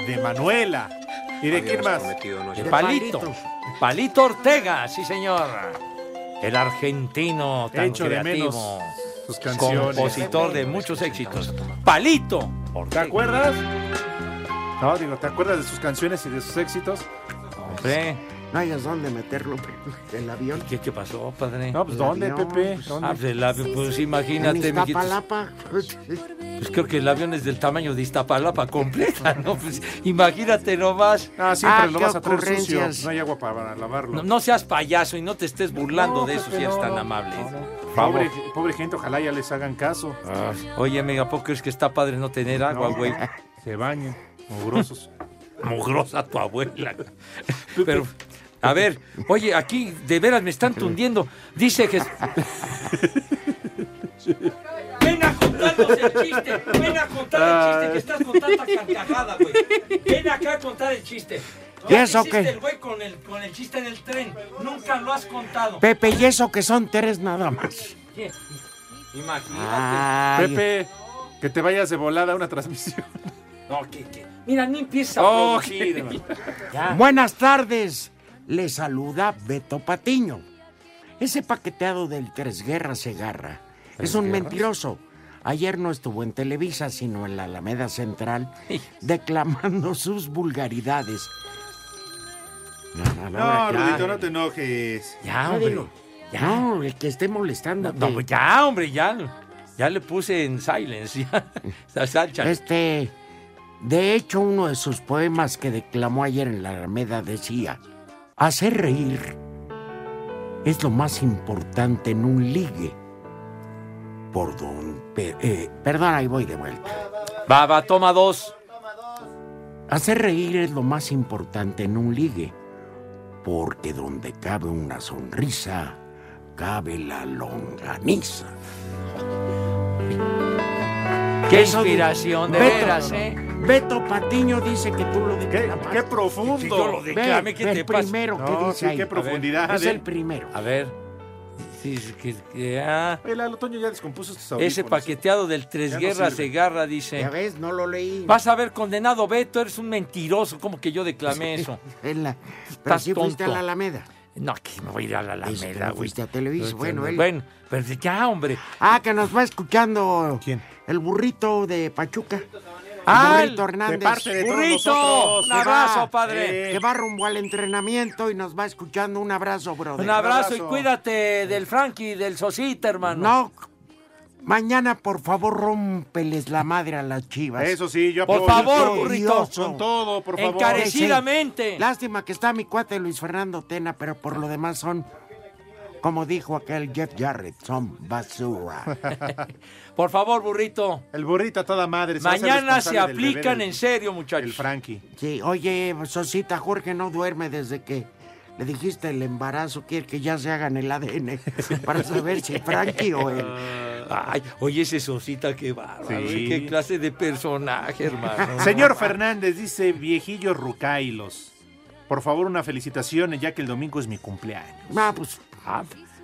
Speaker 2: de Manuela. ¿Y de quién más?
Speaker 3: De Palito. Palito Ortega, sí, señor. El argentino tan
Speaker 2: Hecho de menos
Speaker 3: creativo.
Speaker 2: sus canciones.
Speaker 3: Compositor de muchos éxitos. Palito
Speaker 2: ¿Te
Speaker 3: Ortega.
Speaker 2: acuerdas? No, digo, ¿te acuerdas de sus canciones y de sus éxitos?
Speaker 3: Hombre,
Speaker 4: No hayas dónde meterlo, Pepe, el avión.
Speaker 3: ¿Qué, qué pasó, padre?
Speaker 2: No, pues
Speaker 4: El
Speaker 2: ¿dónde,
Speaker 4: avión,
Speaker 2: Pepe?
Speaker 4: pues,
Speaker 2: ¿Dónde?
Speaker 3: Ah, pues, el avión, pues
Speaker 4: En
Speaker 3: imagínate, mijitos.
Speaker 4: Iztapalapa.
Speaker 3: Pues creo que el avión es del tamaño de Iztapalapa completa, ¿no? Pues imagínate nomás.
Speaker 2: Ah, siempre
Speaker 4: Ah,
Speaker 2: lo
Speaker 4: qué
Speaker 2: vas a traer sucio.
Speaker 4: ocurrencias.
Speaker 2: No hay agua para lavarlo.
Speaker 3: No, no seas payaso y no te estés burlando
Speaker 2: No,
Speaker 3: de eso
Speaker 2: Pepe,
Speaker 3: si eres
Speaker 2: no,
Speaker 3: tan
Speaker 2: no,
Speaker 3: amable.
Speaker 2: no, no.
Speaker 3: Por favor.
Speaker 2: Pobre, pobre gente, ojalá ya les hagan caso.
Speaker 3: Ah. Oye, mega, ¿por qué es que está padre no tener agua,
Speaker 2: No.
Speaker 3: güey?
Speaker 2: Se bañen, mugrosos.
Speaker 3: Mugrosa tu abuela. Pero, a ver, oye, aquí de veras me están tundiendo. Dice que.
Speaker 5: Ven a contarnos el chiste. Ven a contar el chiste que estás con tanta carcajada, güey. Ven acá a contar el chiste.
Speaker 4: ¿Y eso
Speaker 5: hiciste
Speaker 4: qué?
Speaker 5: el güey con el, con el chiste del tren. Nunca lo has contado.
Speaker 4: Pepe, y eso que son tres nada más.
Speaker 3: Imagínate.
Speaker 4: Ay,
Speaker 2: Pepe, que te vayas de volada a una transmisión.
Speaker 3: No, que, que- Mira, ni empieza
Speaker 2: Oh,
Speaker 3: a producir. Ya.
Speaker 4: Buenas tardes. Le saluda Beto Patiño. Ese paqueteado del Tres Guerras Segarra es un mentiroso. Ayer no estuvo en Televisa, sino en la Alameda Central, declamando sus vulgaridades. A la hora que-
Speaker 2: te enojes.
Speaker 3: Ya,
Speaker 4: No,
Speaker 3: hombre.
Speaker 4: dilo.
Speaker 3: Ya.
Speaker 4: No, el que esté molestando.
Speaker 3: No, pues ya, hombre, ya. Ya le puse en silence. Ya. La salcha.
Speaker 4: Este, de hecho, uno de sus poemas que declamó ayer en la Alameda decía, hacer reír es lo más importante en un ligue. Por don... Pe- eh, perdón, ahí voy de vuelta.
Speaker 3: Va, va, toma dos.
Speaker 4: Hacer reír es lo más importante en un ligue, porque donde cabe una sonrisa, cabe la longaniza.
Speaker 3: Qué
Speaker 4: Eso digo.
Speaker 3: inspiración, de
Speaker 4: Beto.
Speaker 3: veras, ¿eh?
Speaker 4: Beto Patiño dice que tú lo
Speaker 2: Qué,
Speaker 4: declamaste.
Speaker 2: qué profundo.
Speaker 3: Yo lo
Speaker 4: Ve,
Speaker 3: declamé, ¿qué
Speaker 4: ve
Speaker 3: te
Speaker 4: el
Speaker 3: pasa?
Speaker 4: primero que
Speaker 2: No,
Speaker 4: dice
Speaker 2: sí,
Speaker 4: ahí.
Speaker 2: qué profundidad,
Speaker 4: Es
Speaker 2: eh.
Speaker 4: el primero.
Speaker 3: A ver. Sí, es que, que- ah.
Speaker 2: El, el otoño ya descompuso estos audífonos.
Speaker 3: Ese paqueteado del Tres
Speaker 2: Ya no
Speaker 3: Guerras
Speaker 2: sirve.
Speaker 3: se garra, dice.
Speaker 4: Ya ves, no lo leí.
Speaker 3: Vas a ver condenado, Beto, eres un mentiroso, como que yo declamé eso.
Speaker 4: En la- Pero
Speaker 3: Estás
Speaker 4: sí fuiste a
Speaker 3: tonto.
Speaker 4: la Alameda.
Speaker 3: No, que me voy a ir a la
Speaker 4: Eso, que
Speaker 3: Alameda,
Speaker 4: no
Speaker 3: güey.
Speaker 4: fuiste a Televisa, bueno, él-
Speaker 3: Bueno, pero ya, hombre.
Speaker 4: Ah, que nos va escuchando. ¿Quién? El burrito de Pachuca.
Speaker 3: Ah,
Speaker 4: el burrito
Speaker 3: el-
Speaker 4: Hernández.
Speaker 3: de parte de todos Burrito, nosotros. un
Speaker 4: Que
Speaker 3: abrazo,
Speaker 4: va-
Speaker 3: padre.
Speaker 4: Que va rumbo al entrenamiento y nos va escuchando. Un abrazo, brother.
Speaker 3: Un abrazo y cuídate del Frankie, del Sosita, hermano.
Speaker 4: No, mañana por favor rómpeles la madre a las chivas.
Speaker 2: Ah, Eso sí, yo
Speaker 4: Por
Speaker 2: apoyo.
Speaker 4: favor,
Speaker 2: Todo,
Speaker 4: burrito.
Speaker 2: odioso. Con todo, por favor.
Speaker 3: Encarecidamente.
Speaker 4: Lástima que está mi cuate Luis Fernando Tena, pero por lo demás son, como dijo aquel Jeff Jarrett, son basura.
Speaker 3: Por favor, burrito.
Speaker 2: El burrito a toda madre. va a hacer
Speaker 3: Mañana se
Speaker 2: responsable del bebé
Speaker 3: aplican
Speaker 2: del-
Speaker 3: en serio, muchachos.
Speaker 2: El Frankie.
Speaker 4: Sí, oye, Sosita, Jorge no duerme desde que le dijiste el embarazo, quiere que ya se hagan el ADN para saber si Frankie o él.
Speaker 3: Ay, oye, ese Sosita, qué bárbaro.
Speaker 2: Sí.
Speaker 3: Qué clase de personaje, hermano.
Speaker 2: Señor Fernández dice viejillos rucailos. Por favor, una felicitación, ya que el domingo es mi cumpleaños.
Speaker 4: Ah, pues.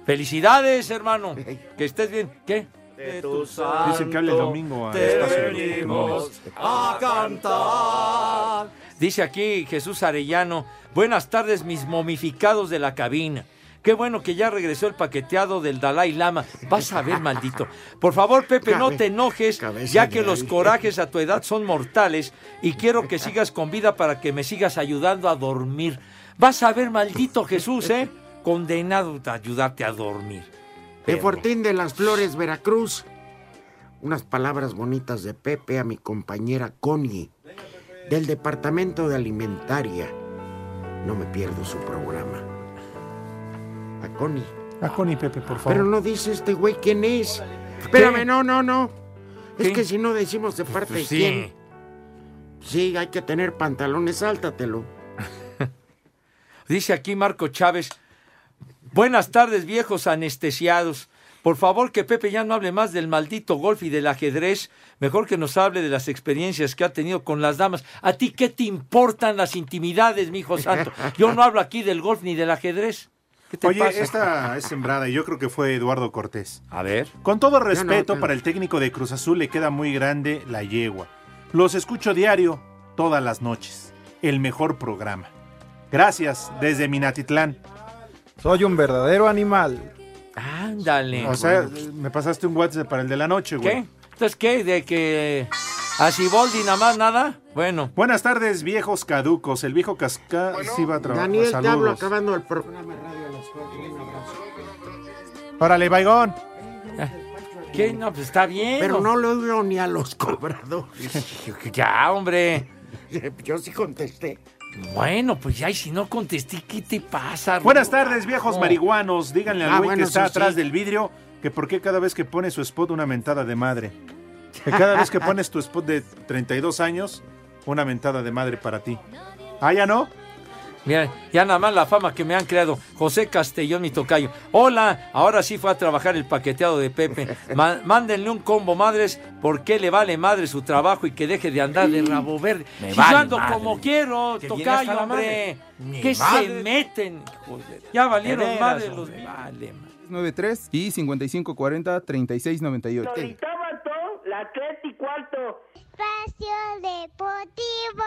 Speaker 3: Felicidades, hermano. Que estés bien. ¿Qué? De tu
Speaker 2: Dicen que hable el domingo a
Speaker 3: te
Speaker 2: estas horas.
Speaker 3: venimos a cantar. Dice aquí Jesús Arellano, buenas tardes mis momificados de la cabina. Qué bueno que ya regresó el paqueteado del Dalai Lama. Vas a ver, maldito. Por favor, Pepe, no
Speaker 4: Cabe-
Speaker 3: te enojes,
Speaker 4: cabeza
Speaker 3: ya que
Speaker 4: de
Speaker 3: los
Speaker 4: ahí.
Speaker 3: corajes a tu edad son mortales y quiero que sigas con vida para que me sigas ayudando a dormir. Vas a ver, maldito Jesús, ¿eh? Condenado a ayudarte a dormir.
Speaker 4: De
Speaker 3: Perro.
Speaker 4: Fortín de las Flores, Veracruz. Unas palabras bonitas de Pepe a mi compañera Connie, del Departamento de Alimentaria. No me pierdo su programa. A Connie.
Speaker 2: A Connie Pepe, por
Speaker 4: Pero
Speaker 2: favor.
Speaker 4: no dice este güey quién es. Espérame, no, no, no. Es
Speaker 3: ¿Qué?
Speaker 4: que si no decimos de parte de
Speaker 3: Pues sí.
Speaker 4: quién. Sí, hay que tener pantalones, sáltatelo.
Speaker 3: Dice aquí Marco Chávez, buenas tardes viejos anestesiados. Por favor que Pepe ya no hable más del maldito golf y del ajedrez, mejor que nos hable de las experiencias que ha tenido con las damas. ¿A ti qué te importan las intimidades, mi hijo santo? Yo no hablo aquí del golf ni del ajedrez. ¿Qué te
Speaker 2: Oye,
Speaker 3: pasa?
Speaker 2: esta es sembrada y yo creo que fue Eduardo Cortés.
Speaker 3: A ver.
Speaker 2: Con todo respeto
Speaker 4: no.
Speaker 2: para el técnico de Cruz Azul, le queda muy grande la yegua. Los escucho diario, todas las noches. El mejor programa. Gracias, desde Minatitlán.
Speaker 13: Soy un verdadero animal.
Speaker 3: Ándale.
Speaker 2: O sea, me pasaste un WhatsApp para el de la noche, güey.
Speaker 3: ¿Qué? Entonces, ¿qué? ¿De que a Siboldi nada más nada? Bueno.
Speaker 2: Buenas tardes, viejos caducos. El viejo Casca sí va a trabajar.
Speaker 4: Daniel, te hablo
Speaker 2: pues, Saludos.
Speaker 4: acabando el programa de radio a las cuatro. Un abrazo.
Speaker 2: Órale, Baigón.
Speaker 3: Ah, ¿Qué? No, pues está bien.
Speaker 4: Pero no lo oigo ni a los cobradores.
Speaker 3: Ya, hombre.
Speaker 4: Yo sí contesté.
Speaker 3: Bueno, pues ya, y si no contesté, ¿qué te pasa?
Speaker 2: Buenas
Speaker 3: Rudo?
Speaker 2: tardes, viejos
Speaker 3: No.
Speaker 2: marihuanos. Díganle al
Speaker 4: Oh. Ah,
Speaker 2: güey
Speaker 4: bueno,
Speaker 2: que está
Speaker 4: eso sí.
Speaker 2: atrás del vidrio que por qué cada vez que pone su spot una mentada de madre. Que cada vez que pones tu spot de 32 años, una mentada de madre para ti. Ah, ya no.
Speaker 3: Mira, ya nada más la fama que me han creado. José Castellón, mi tocayo. Hola, ahora sí fue a trabajar el paqueteado de Pepe. Ma- mándenle un combo, madres, porque le vale madre su trabajo y que deje de andar de rabo verde.
Speaker 5: Me
Speaker 3: Si
Speaker 5: vale
Speaker 3: yo ando
Speaker 5: madre.
Speaker 3: como quiero,
Speaker 5: Que viene hasta
Speaker 3: tocayo,
Speaker 5: la
Speaker 3: hombre.
Speaker 5: madre. Ni
Speaker 3: Que se
Speaker 5: madre.
Speaker 3: meten. Joder, Ya
Speaker 13: De
Speaker 3: valieron
Speaker 13: veras,
Speaker 3: madre los...
Speaker 13: hombre.
Speaker 3: Vale, madre.
Speaker 13: 93 y 5540-3698.
Speaker 11: todo, la tres y cuarto. Espacio Deportivo.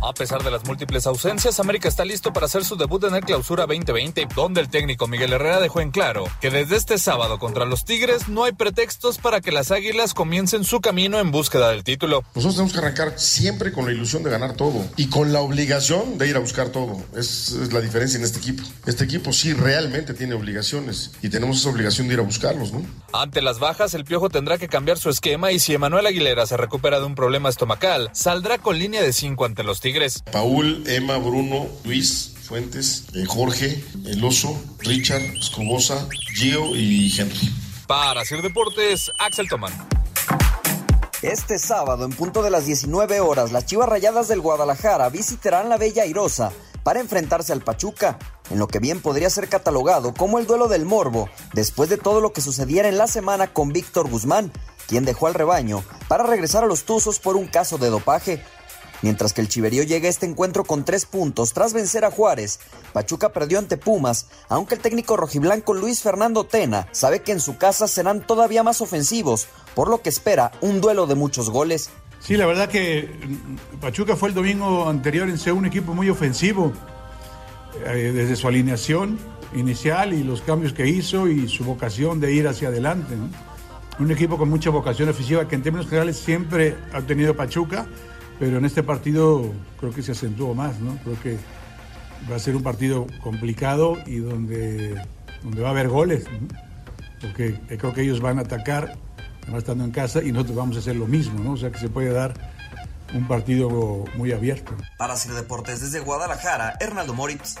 Speaker 14: A pesar de las múltiples ausencias, América está listo para hacer su debut en el Clausura 2020, donde el técnico Miguel Herrera dejó en claro que desde este sábado contra los Tigres no hay pretextos para que las Águilas comiencen su camino en búsqueda del título.
Speaker 15: Nosotros tenemos que arrancar siempre con la ilusión de ganar todo y con la obligación de ir a buscar todo. Es, es la diferencia en este equipo. Este equipo sí realmente tiene obligaciones y tenemos esa obligación de ir a buscarlos, ¿no?
Speaker 14: Ante las bajas, el Piojo tendrá que cambiar su esquema y si Emanuel Aguilera se recupera de un problema estomacal, saldrá con línea de 5 ante los Tigres.
Speaker 15: Paul, Emma, Bruno, Luis, Fuentes, eh, Jorge, El Oso, Richard, Escobosa, Gio y Henry.
Speaker 14: Para Sir Deportes, Axel Tomán.
Speaker 16: Este sábado, en punto de las 19 horas, las Chivas Rayadas del Guadalajara visitarán la Bella Airosa para enfrentarse al Pachuca, en lo que bien podría ser catalogado como el duelo del morbo, después de todo lo que sucediera en la semana con Víctor Guzmán, quien dejó al rebaño para regresar a los Tuzos por un caso de dopaje. Mientras que el Chiverío llega a este encuentro con tres puntos tras vencer a Juárez, Pachuca perdió ante Pumas, aunque el técnico rojiblanco Luis Fernando Tena sabe que en su casa serán todavía más ofensivos, por lo que espera un duelo de muchos goles.
Speaker 17: Sí, la verdad que mm, Pachuca fue el domingo anterior en ser un equipo muy ofensivo, eh, desde su alineación inicial y los cambios que hizo y su vocación de ir hacia adelante. ¿no? Un equipo con mucha vocación ofensiva que en términos generales siempre ha tenido Pachuca, pero en este partido creo que se acentuó más, ¿no? Creo que va a ser un partido complicado y donde, donde va a haber goles, ¿no? porque eh, creo que ellos van a atacar, además estando en casa, y nosotros vamos a hacer lo mismo, ¿no? O sea que se puede dar un partido muy abierto.
Speaker 16: Para Sir Deportes desde Guadalajara, Hernando Moritz.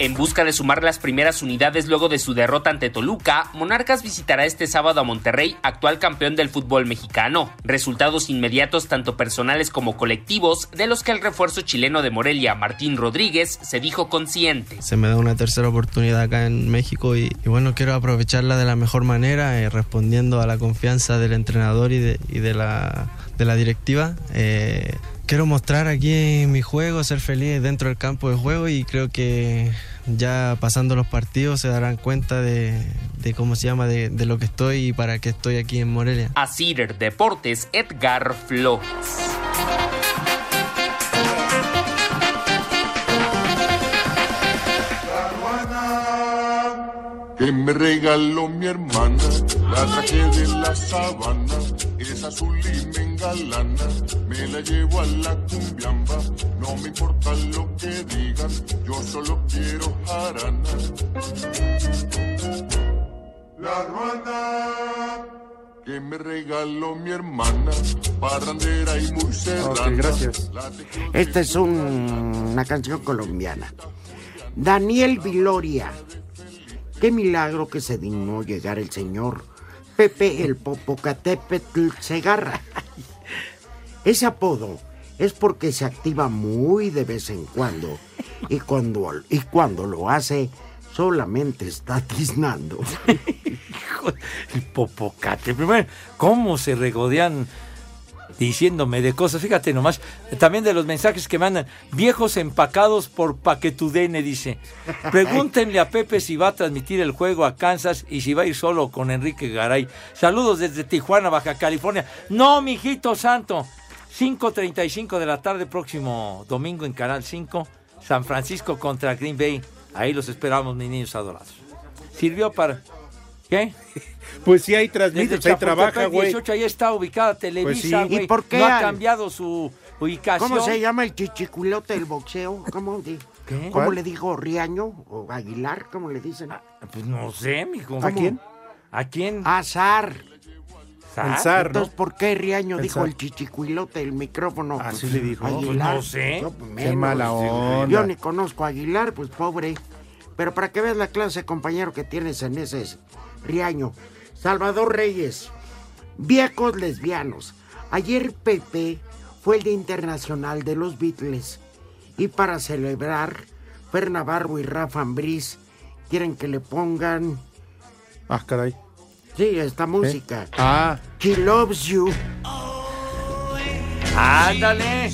Speaker 18: En busca de sumar las primeras unidades luego de su derrota ante Toluca, Monarcas visitará este sábado a Monterrey, actual campeón del fútbol mexicano. Resultados inmediatos tanto personales como colectivos, de los que el refuerzo chileno de Morelia, Martín Rodríguez, se dijo consciente.
Speaker 19: Se me da una tercera oportunidad acá en México y, y bueno, quiero aprovecharla de la mejor manera, eh, respondiendo a la confianza del entrenador y de, y de, la, de la, directiva. Eh, quiero mostrar aquí mi juego, ser feliz dentro del campo de juego y creo que ya pasando los partidos se darán cuenta de, de cómo se llama, de, de, lo que estoy y para qué estoy aquí en Morelia.
Speaker 18: A Cider Deportes, Edgar Flores.
Speaker 20: Que me regaló mi hermana, la saqué de la sabana, es azul y me engalana, me la llevo a la cumbiamba, no me importa lo que digan, yo solo quiero jarana. La ruana que me regaló mi hermana, parrandera y muy serrana.
Speaker 4: Ok, gracias. Esta es un- una canción colombiana. Daniel Viloria. Qué milagro que se dignó llegar el señor Pepe el Popocatépetl Segarra. Ese apodo es porque se activa muy de vez en cuando y cuando, y cuando lo hace solamente está tiznando.
Speaker 3: El popocate. Primero, ¿cómo se regodean diciéndome de cosas? Fíjate nomás, también de los mensajes que mandan. Viejos empacados por paquetudene, dice. Pregúntenle a Pepe si va a transmitir el juego a Kansas y si va a ir solo con Enrique Garay. Saludos desde Tijuana, Baja California. No, mijito santo. 5.35 de la tarde, próximo domingo en Canal 5, San Francisco contra Green Bay. Ahí los esperamos, mis niños adorados. Sirvió para... ¿Qué?
Speaker 2: Pues sí, ahí transmite,
Speaker 3: Desde
Speaker 2: ahí trabaja,
Speaker 3: Chapultepec
Speaker 2: güey.
Speaker 3: 18, ahí está ubicada Televisa,
Speaker 2: Pues sí.
Speaker 3: "Ah, güey.
Speaker 2: ¿Y por qué
Speaker 3: No ha
Speaker 2: al-
Speaker 3: cambiado su ubicación.
Speaker 4: ¿Cómo se llama el chichiculote del boxeo? ¿Cómo, di-
Speaker 3: ¿Qué?
Speaker 4: ¿Cómo
Speaker 3: ¿Cuál?
Speaker 4: le digo? ¿Riaño o Aguilar? ¿Cómo le dicen?
Speaker 3: Pues no sé, mijo.
Speaker 4: ¿A quién?
Speaker 3: ¿A quién?
Speaker 4: Azar.
Speaker 3: El zar, ¿no?
Speaker 4: Entonces, ¿por qué Riaño
Speaker 3: El
Speaker 4: dijo
Speaker 3: zar.
Speaker 4: el chichicuilote, el micrófono?
Speaker 2: Así le dijo.
Speaker 4: Aguilar.
Speaker 2: Pues no sé.
Speaker 4: Yo, pues,
Speaker 2: Qué
Speaker 4: menos.
Speaker 2: mala onda.
Speaker 4: Yo ni conozco a Aguilar, pues pobre. Pero para que veas la clase de compañero que tienes en ese es Riaño. Salvador Reyes, viejos lesbianos. Ayer Pepe fue el Día Internacional de los Beatles. Y para celebrar, Fer Navarro y Rafa Ambriz quieren que le pongan...
Speaker 2: Ah, caray.
Speaker 4: Sí, esta música.
Speaker 2: Ah.
Speaker 4: She loves you.
Speaker 3: Ándale.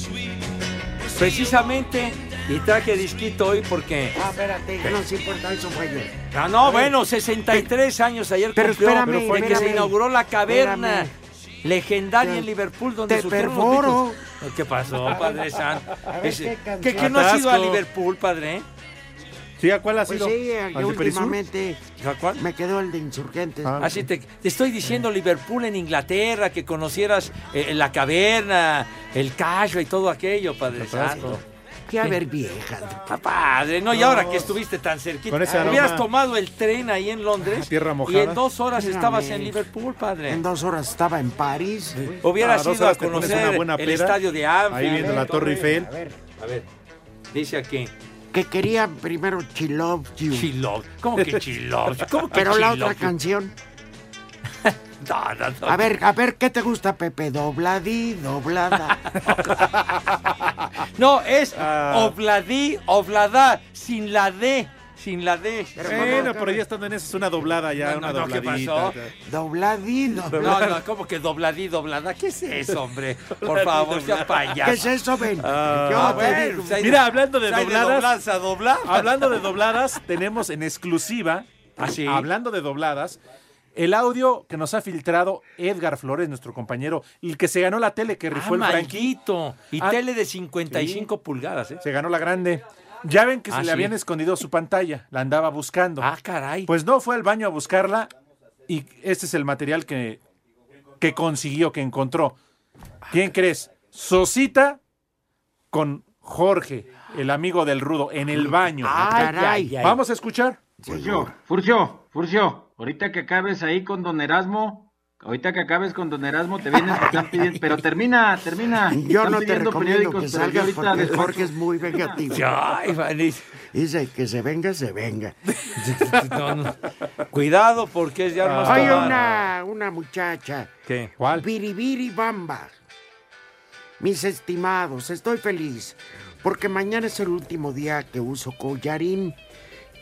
Speaker 3: Precisamente. Y traje disquito hoy porque...
Speaker 4: Ah, espérate, no se importa, eso fue ayer.
Speaker 3: Ah, no, bueno, 63 años ayer
Speaker 4: Pero
Speaker 3: cumplió
Speaker 4: espérame,
Speaker 3: de que
Speaker 4: espérame.
Speaker 3: se inauguró la caverna
Speaker 4: Espérame.
Speaker 3: legendaria
Speaker 4: Te-
Speaker 3: en Liverpool donde
Speaker 4: te
Speaker 3: surgieron los
Speaker 4: perforo.
Speaker 3: Beatles. ¿Qué pasó, Padre Santo?
Speaker 4: A ver,
Speaker 3: Ese-
Speaker 4: ¿qué canción?
Speaker 3: ¿Qué, qué no has ido a
Speaker 2: Atasco.
Speaker 3: Liverpool, Padre?
Speaker 2: ¿Sí? ¿A cuál ha
Speaker 4: Pues
Speaker 2: sido?
Speaker 4: sí, yo últimamente
Speaker 3: ¿A cuál?
Speaker 4: me quedó el de Insurgentes.
Speaker 3: Ah, Así te, te estoy diciendo Liverpool en Inglaterra, que conocieras eh, la caverna, el callo y todo aquello, Padre Santo.
Speaker 4: Que a ver vieja.
Speaker 3: Está padre, ¿no? Y
Speaker 4: No.
Speaker 3: ahora que estuviste tan cerquita,
Speaker 4: Con ese aroma.
Speaker 3: hubieras tomado el tren ahí en Londres
Speaker 4: Tierra
Speaker 3: y en dos horas estabas en Liverpool, padre.
Speaker 4: En dos horas estaba en París.
Speaker 3: Hubieras
Speaker 2: Ah,
Speaker 3: ido a conocer el estadio de Anfield. ¿eh?
Speaker 4: Ahí viendo la Torre Eiffel.
Speaker 3: A ver, a ver. Dice aquí.
Speaker 4: Que quería primero She Loves You.
Speaker 3: She Loves- ¿cómo que She Loves You? ¿Cómo que
Speaker 4: Pero
Speaker 3: She
Speaker 4: la
Speaker 3: Loves
Speaker 4: otra
Speaker 3: You?
Speaker 4: canción.
Speaker 3: No, no, no.
Speaker 4: A ver, a ver, ¿qué te gusta, Pepe? Dobladí, doblada.
Speaker 3: No, es
Speaker 2: Ah.
Speaker 3: Obladí, Oblada, sin la D, sin la D.
Speaker 2: Bueno, pero ya estando en esa es una doblada ya,
Speaker 3: No, no,
Speaker 2: una
Speaker 3: no, ¿qué
Speaker 2: dobladita.
Speaker 3: pasó?
Speaker 4: Dobladí,
Speaker 3: No,
Speaker 4: doblada.
Speaker 3: no, ¿cómo que dobladí, doblada? ¿Qué es eso, hombre? Por
Speaker 4: Dobladí,
Speaker 3: favor, sea
Speaker 4: doblada.
Speaker 3: payaso.
Speaker 4: ¿Qué es eso, Ben?
Speaker 2: Ah,
Speaker 4: Yo te
Speaker 2: bueno,
Speaker 4: digo.
Speaker 2: pues ahí- Mira, hablando de
Speaker 3: Hay
Speaker 2: dobladas.
Speaker 3: doblarse a doblar. Ah,
Speaker 2: Hablando de dobladas, tenemos en exclusiva, hablando de dobladas, el audio que nos ha filtrado Edgar Flores, nuestro compañero, el que se ganó la tele que rifó el Frankie.
Speaker 3: Ah, maldito. Y
Speaker 2: Ah,
Speaker 3: tele de 55 pulgadas, ¿eh?
Speaker 2: Se ganó la grande. Ya ven que se
Speaker 3: Ah,
Speaker 2: le
Speaker 3: sí.
Speaker 2: habían escondido su pantalla, la andaba buscando.
Speaker 3: Ah, caray.
Speaker 2: Pues no fue al baño a buscarla y este es el material que, que consiguió, que encontró. ¿Quién crees? Sosita con Jorge, el amigo del rudo, en el baño.
Speaker 4: Ah, caray.
Speaker 2: Vamos a escuchar.
Speaker 21: Furcio, Furcio, Furcio, ahorita que acabes ahí con don Erasmo, ahorita que acabes con don Erasmo, te vienes, te están pidiendo, pero termina, termina.
Speaker 4: Yo
Speaker 21: Están
Speaker 4: no te
Speaker 21: pidiendo
Speaker 4: recomiendo que
Speaker 21: periódicos, pero yo
Speaker 4: salgas
Speaker 21: ahorita
Speaker 4: porque
Speaker 21: despacho.
Speaker 4: Jorge es muy vengativo.
Speaker 3: Ay,
Speaker 4: Dice que se venga, se venga.
Speaker 3: No, no. Cuidado porque es ya más
Speaker 4: Hay
Speaker 3: tomada.
Speaker 4: una, una muchacha.
Speaker 3: ¿Qué?
Speaker 4: Biribiri Bamba. Mis estimados, estoy feliz porque mañana es el último día que uso collarín.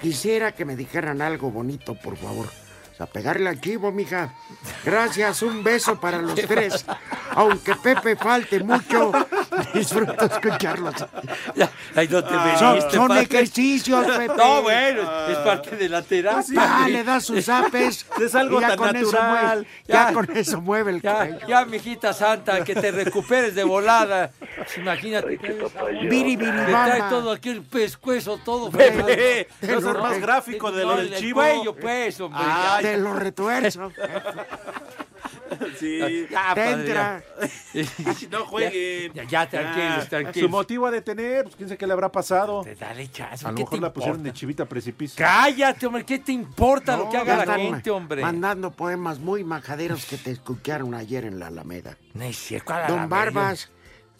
Speaker 4: Quisiera que me dijeran algo bonito, por favor. O sea, pegarle al chivo, mija. Gracias, un beso para los tres. Aunque Pepe falte mucho, disfruto escucharlos.
Speaker 3: Ay, no te
Speaker 4: Ah. Son-
Speaker 3: veniste,
Speaker 4: son
Speaker 3: padre.
Speaker 4: ejercicios, Pepe.
Speaker 3: No, bueno, es parte de la terapia.
Speaker 4: Ah, le das sus apes.
Speaker 3: Es algo
Speaker 4: y ya
Speaker 3: tan
Speaker 4: con eso
Speaker 3: natural.
Speaker 4: mueve- ya
Speaker 3: Ya.
Speaker 4: con eso mueve el
Speaker 3: Ya, ya, mijita santa, que te recuperes de volada. Pues Imagínate. que
Speaker 4: Biri, biri,
Speaker 3: Te
Speaker 4: bamba.
Speaker 3: trae todo aquí el pescuezo, todo.
Speaker 4: Bebé,
Speaker 3: fregado.
Speaker 4: no seas más
Speaker 2: gráfico de lo
Speaker 3: No,
Speaker 2: del
Speaker 3: el
Speaker 2: chivo.
Speaker 3: cuello, pues, hombre.
Speaker 4: Ah,
Speaker 3: ya.
Speaker 4: te lo retuerzo.
Speaker 2: Sí.
Speaker 3: Ya,
Speaker 4: Te
Speaker 3: padre,
Speaker 4: entra.
Speaker 3: ya.
Speaker 2: No jueguen.
Speaker 3: Ya, ya, tranquilos,
Speaker 2: Su
Speaker 3: tranquilos. Este,
Speaker 2: motivo a detener, pues quién sabe qué le habrá pasado.
Speaker 3: Dale chance,
Speaker 2: A lo
Speaker 3: ¿qué
Speaker 2: mejor
Speaker 3: te
Speaker 2: la pusieron
Speaker 3: importa?
Speaker 2: de chivita a precipicio.
Speaker 3: Cállate, hombre, ¿qué te importa lo
Speaker 4: No,
Speaker 3: que haga la
Speaker 4: andan
Speaker 3: gente, hombre?
Speaker 4: Mandando poemas muy majaderos que te escucharon ayer en la Alameda.
Speaker 3: No es cierto, ¿cuál
Speaker 4: Don
Speaker 3: Alameda?
Speaker 4: Barbas,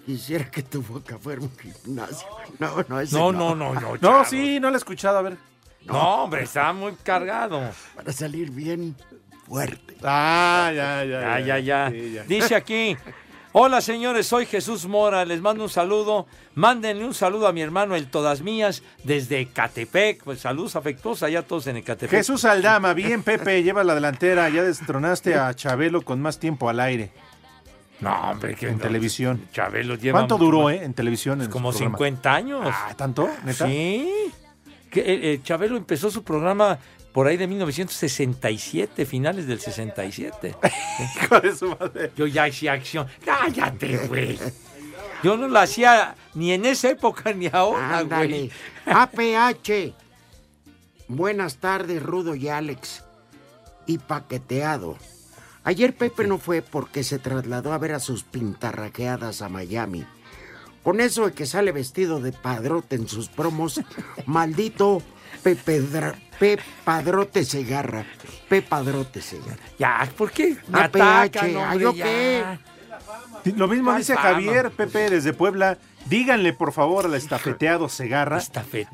Speaker 4: quisiera que tu boca fuera un gimnasio. No, no, ese
Speaker 3: No, no, no, no.
Speaker 2: No,
Speaker 3: chavo.
Speaker 2: sí, no la he escuchado, a ver.
Speaker 3: No, hombre, está muy cargado.
Speaker 4: Para salir bien fuerte.
Speaker 2: Ah, ya, ya.
Speaker 3: Ya, ya, ya.
Speaker 2: Sí, ya.
Speaker 3: Dice aquí. Hola señores, soy Jesús Mora, les mando un saludo, mándenle un saludo a mi hermano El Todas Mías desde Ecatepec, pues saludos afectuosos allá todos en Ecatepec.
Speaker 2: Jesús Aldama, bien Pepe, lleva la delantera, ya destronaste a Chabelo con más tiempo al aire.
Speaker 3: No, hombre, que
Speaker 2: En televisión.
Speaker 3: Chabelo lleva
Speaker 2: ¿Cuánto
Speaker 3: mucho
Speaker 2: duró,
Speaker 3: más. Pues
Speaker 2: eh, en televisión? en
Speaker 3: Como
Speaker 2: su programa?
Speaker 3: 50 años.
Speaker 2: Ah, ¿tanto? ¿Neta?
Speaker 3: Sí. Que, eh, eh, Chabelo empezó su programa por ahí de 1967, finales del 67.
Speaker 2: Hijo de su madre.
Speaker 3: Yo ya hacía acción. Cállate, güey. Yo no la hacía ni en esa época ni ahora,
Speaker 4: Ándale.
Speaker 3: güey.
Speaker 4: APH. Buenas tardes, Rudo y Alex. Y paqueteado. Ayer Pepe no fue porque se trasladó a ver a sus pintarraqueadas a Miami. Con eso de que sale vestido de padrote en sus promos, maldito Pepe Dra- Pe Padrote Segarra. Pe Padrote Segarra.
Speaker 3: Ya, ¿por qué me
Speaker 4: APH,
Speaker 3: atacan,
Speaker 4: ay,
Speaker 3: hombre,
Speaker 4: ¿yo
Speaker 3: ya?
Speaker 4: qué?
Speaker 2: Sí, Lo mismo
Speaker 3: ¿Cuál
Speaker 2: dice
Speaker 3: fama?
Speaker 2: Javier Pepe desde Puebla. Díganle por favor al estafeteado Segarra.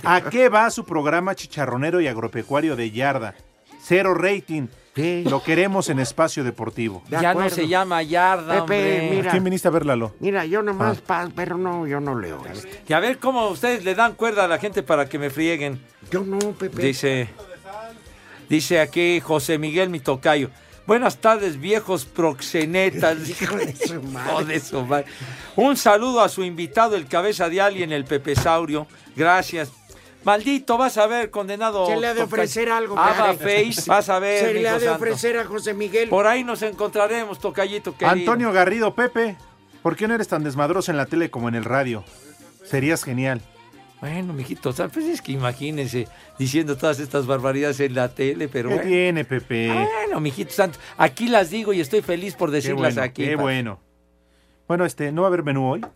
Speaker 2: ¿A qué va su programa chicharronero y agropecuario de Yarda? Cero rating. Lo queremos en espacio deportivo.
Speaker 4: De
Speaker 3: ya no
Speaker 4: acuerdo.
Speaker 3: se llama Yarda,
Speaker 4: Pepe,
Speaker 3: hombre.
Speaker 4: mira.
Speaker 2: ¿Quién viniste a ver, Lalo?
Speaker 4: Mira, yo nomás paz, pero no, yo no leo esto.
Speaker 3: Y a ver cómo ustedes le dan cuerda a la gente para que me frieguen.
Speaker 4: Yo no, Pepe.
Speaker 3: Dice, dice aquí José Miguel Mitocayo. Buenas tardes, viejos proxenetas. Hijo de su madre. Un saludo a su invitado, el cabeza de alien, el Pepesaurio. Gracias. Maldito, vas a ver, condenado.
Speaker 4: Se le ha de
Speaker 3: Tocayo.
Speaker 4: ofrecer algo,
Speaker 3: Abba
Speaker 4: caray.
Speaker 3: Face, vas a ver.
Speaker 4: Se le
Speaker 3: mijo
Speaker 4: ha de
Speaker 3: santo.
Speaker 4: ofrecer a José Miguel.
Speaker 3: Por ahí nos encontraremos, Tocayito querido.
Speaker 2: Antonio Garrido, Pepe, ¿por qué no eres tan desmadroso en la tele como en el radio? Serías genial.
Speaker 3: Bueno, mijito, o sea, pues es que imagínense diciendo todas estas barbaridades en la tele, pero
Speaker 2: ¿Qué
Speaker 3: bueno. Ah,
Speaker 2: tiene, Pepe?
Speaker 3: Bueno, mijito santo, aquí las digo y estoy feliz por
Speaker 2: qué
Speaker 3: decirlas
Speaker 2: bueno,
Speaker 3: aquí.
Speaker 2: qué
Speaker 3: pa.
Speaker 2: bueno. Bueno, este, ¿no va a haber menú hoy?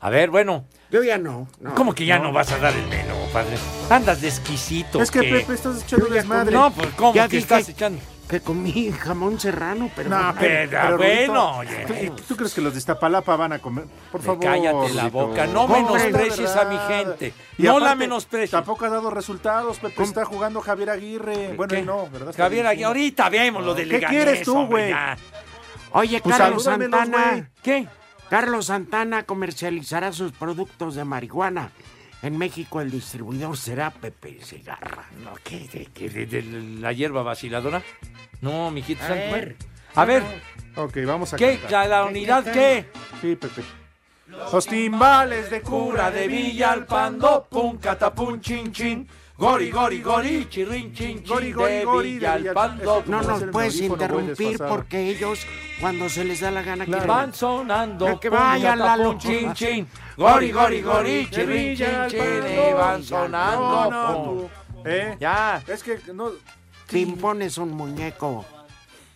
Speaker 3: A ver, bueno,
Speaker 4: Yo ya no. no.
Speaker 3: ¿cómo que ya no, vas a dar el menú, padre? Andas de exquisito.
Speaker 2: Es que,
Speaker 3: ¿qué?
Speaker 2: Pepe, estás echando
Speaker 4: Yo ya
Speaker 2: desmadre.
Speaker 3: No, pues ¿cómo
Speaker 4: Ya
Speaker 3: que
Speaker 4: dije-
Speaker 3: estás echando?
Speaker 4: Que comí jamón serrano, pero...
Speaker 2: No,
Speaker 3: pero bueno,
Speaker 2: Rudito,
Speaker 3: oye. Eh,
Speaker 2: ¿tú, tú crees que los de Iztapalapa van a comer? Por favor.
Speaker 3: cállate la
Speaker 2: Rudito.
Speaker 3: boca, no
Speaker 2: Compren,
Speaker 3: menosprecies
Speaker 2: la
Speaker 3: a mi
Speaker 2: verdad.
Speaker 3: gente,
Speaker 2: Y
Speaker 3: no la
Speaker 2: aparte,
Speaker 3: menosprecies.
Speaker 2: Tampoco ha dado resultados, Pepe. Está jugando Javier Aguirre. Bueno,
Speaker 3: ¿Qué?
Speaker 2: y no, ¿verdad? Está
Speaker 3: Javier,
Speaker 2: bien,
Speaker 3: aquí, ahorita vemos lo del
Speaker 2: ¿Qué
Speaker 3: Leganés,
Speaker 2: quieres tú,
Speaker 3: hombre,
Speaker 2: güey?
Speaker 3: ya.
Speaker 4: Oye,
Speaker 2: Pues
Speaker 4: Carlos
Speaker 2: salúdamelos,
Speaker 4: Santana.
Speaker 3: ¿Qué?
Speaker 4: Carlos Santana comercializará sus productos de marihuana. En México el distribuidor será Pepe Segarra.
Speaker 3: No, ¿qué? ¿De, qué? ¿De- de la hierba vaciladora? No, mijito
Speaker 4: A
Speaker 3: santo.
Speaker 4: ver.
Speaker 3: bueno. A ver,
Speaker 2: Ok, vamos a
Speaker 3: ¿qué?
Speaker 2: cantar.
Speaker 3: ¿La, la unidad qué?
Speaker 2: Sí, Pepe. Los timbales de
Speaker 3: Cura de Villa al pando, pum, catapum, chin, chin. Gori, gori, gori, chirrin, chin, chin,
Speaker 2: Gori, gori,
Speaker 3: de
Speaker 2: gori, de Villalpando.
Speaker 3: Villalpando.
Speaker 4: No nos puedes
Speaker 2: audífono, puedes
Speaker 4: interrumpir
Speaker 2: pasar.
Speaker 4: porque ellos, cuando se les da la gana,
Speaker 3: Claro.
Speaker 4: quieren-
Speaker 3: Van sonando.
Speaker 4: Que vaya
Speaker 3: puño,
Speaker 4: la
Speaker 3: tapón,
Speaker 4: luz.
Speaker 3: Chin, chin. Gori, gori, gori, chirrin, chin, chin. Y van sonando. pum.
Speaker 4: ¿eh?
Speaker 3: Ya.
Speaker 2: Es que no.
Speaker 4: Te impones un muñeco.